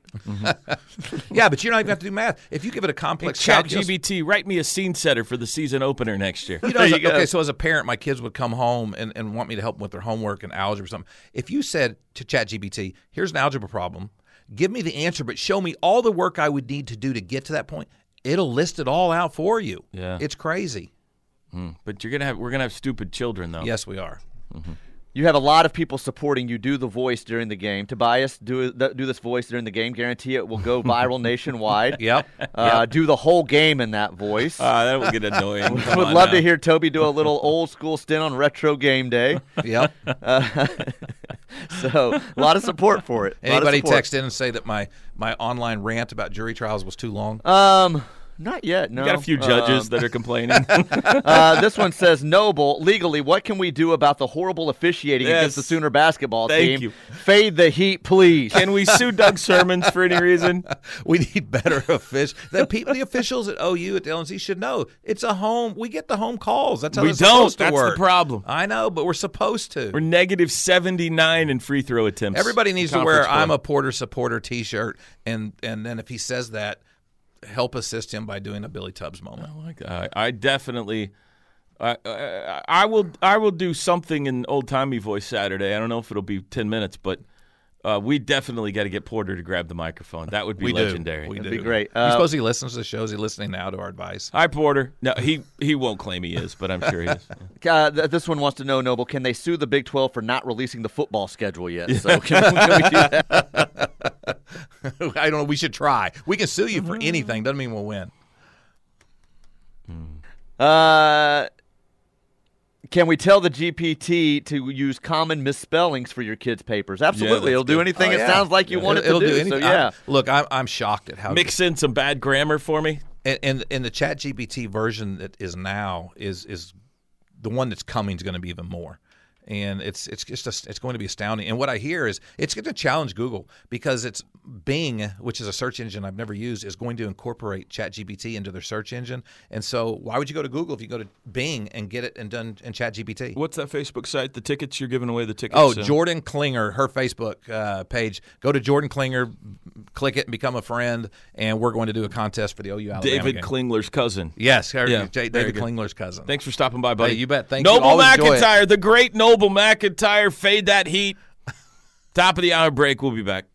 Speaker 2: yeah, but you don't even have to do math. If you give it a complex
Speaker 1: Chat
Speaker 2: calculus-
Speaker 1: GBT, write me a scene setter for the season opener next year.
Speaker 2: You know, as a- okay, so as a parent, my kids would come home and, and want me to help them with their homework and algebra or something. If you said to ChatGPT, here's an algebra problem, give me the answer, but show me all the work I would need to do to get to that point, it'll list it all out for you.
Speaker 1: Yeah.
Speaker 2: It's crazy.
Speaker 1: But you're gonna have we're gonna have stupid children though.
Speaker 2: Yes, we are.
Speaker 3: You have a lot of people supporting you. Do the voice during the game. Tobias, do th- do this voice during the game. Guarantee it
Speaker 2: *laughs*
Speaker 3: will go viral nationwide.
Speaker 2: Yep. Uh,
Speaker 3: Uh, Do the whole game in that voice.
Speaker 1: Ah, that would get *laughs* annoying. Come
Speaker 3: Would
Speaker 1: on
Speaker 3: love
Speaker 1: now.
Speaker 3: to hear Toby do
Speaker 2: *laughs*
Speaker 3: a little old school stint on retro game day.
Speaker 1: *laughs*
Speaker 2: Yep.
Speaker 3: So a lot of support for it. A lot of
Speaker 2: Anybody
Speaker 3: support.
Speaker 2: text in and say that my, my online rant about jury trials was too long?
Speaker 1: Uh.
Speaker 3: Um, not yet. No.
Speaker 1: We got a few judges that are complaining.
Speaker 3: Uh, this one says, Noble, legally, what can we do about the horrible officiating
Speaker 1: Yes.
Speaker 3: against the Sooner basketball
Speaker 1: Thank
Speaker 3: team?
Speaker 1: you.
Speaker 3: Fade the heat, please.
Speaker 1: *laughs* Can we sue Doug Sermons for any reason?
Speaker 2: *laughs* we need better *laughs* officials. The, people, the officials at OU at the LNC should know it's a home. We get the home calls. That's how
Speaker 1: We
Speaker 2: it's
Speaker 1: don't.
Speaker 2: supposed to
Speaker 1: That's the
Speaker 2: work.
Speaker 1: problem.
Speaker 2: I know, but we're supposed to.
Speaker 1: We're negative 79 in free throw attempts.
Speaker 2: Everybody needs to
Speaker 1: Conference
Speaker 2: wear
Speaker 1: play.
Speaker 2: "I'm a Porter supporter" T-shirt, and and then if he says that, help assist him by doing a Billy Tubbs
Speaker 3: Oh,
Speaker 2: moment.
Speaker 1: Like, I, I definitely, I, I, I will, I will do something in old timey voice Saturday. I don't know if it'll be ten minutes, but uh, we definitely got to get Porter to grab the microphone. That *laughs* would be
Speaker 2: We do.
Speaker 1: legendary.
Speaker 2: We
Speaker 3: That'd
Speaker 2: do.
Speaker 3: be great.
Speaker 2: you
Speaker 3: Uh,
Speaker 2: suppose he listens to the shows? He listening now to our advice? *laughs*
Speaker 1: Hi, Porter. No, he he won't claim he is, but I'm sure he *laughs* is.
Speaker 3: Uh, th- this one wants to know, Noble, can they sue the Big 12 for not releasing the football schedule yet? So can,
Speaker 2: *laughs*
Speaker 3: can we do that?
Speaker 2: I don't know. We should try. We can sue you for
Speaker 3: Mm-hmm.
Speaker 2: anything. Doesn't mean we'll win.
Speaker 3: Uh, can we tell the GPT to use common misspellings for your kids' papers? Absolutely. It'll do anything
Speaker 2: Oh,
Speaker 3: it
Speaker 2: yeah.
Speaker 3: sounds like you want it,
Speaker 2: It'll
Speaker 3: to do.
Speaker 2: anything.
Speaker 3: So, yeah.
Speaker 2: I'm- look, I'm, I'm shocked at how
Speaker 1: Mix in some bad grammar for me.
Speaker 2: and, and and the chat gpt version that is now is is the one that's coming is going to be even more and it's it's just a, it's going to be astounding and what i hear is it's going to challenge google because it's bing which is a search engine i've never used is going to incorporate chat gpt into their search engine and so why would you go to google if you go to bing and get it and done in chat gpt
Speaker 1: What's that Facebook site? The tickets you're giving away. The tickets.
Speaker 2: Oh,
Speaker 1: uh,
Speaker 2: Jordan Klinger, her Facebook uh, page. Go to Jordan Klinger, click it, and become a friend. And we're going to do a contest for the OU Alabama
Speaker 1: David
Speaker 2: game.
Speaker 1: Klingler's cousin.
Speaker 2: Yes,
Speaker 1: Yeah,
Speaker 2: yeah, J-
Speaker 1: very
Speaker 2: David
Speaker 1: good.
Speaker 2: Klingler's cousin.
Speaker 1: Thanks for stopping by, buddy.
Speaker 2: Hey, you bet. Thank you.
Speaker 1: Noble
Speaker 2: Always enjoy it.
Speaker 1: McIntyre, the great Noble McIntyre. Fade that heat. Top of the hour break. We'll be back.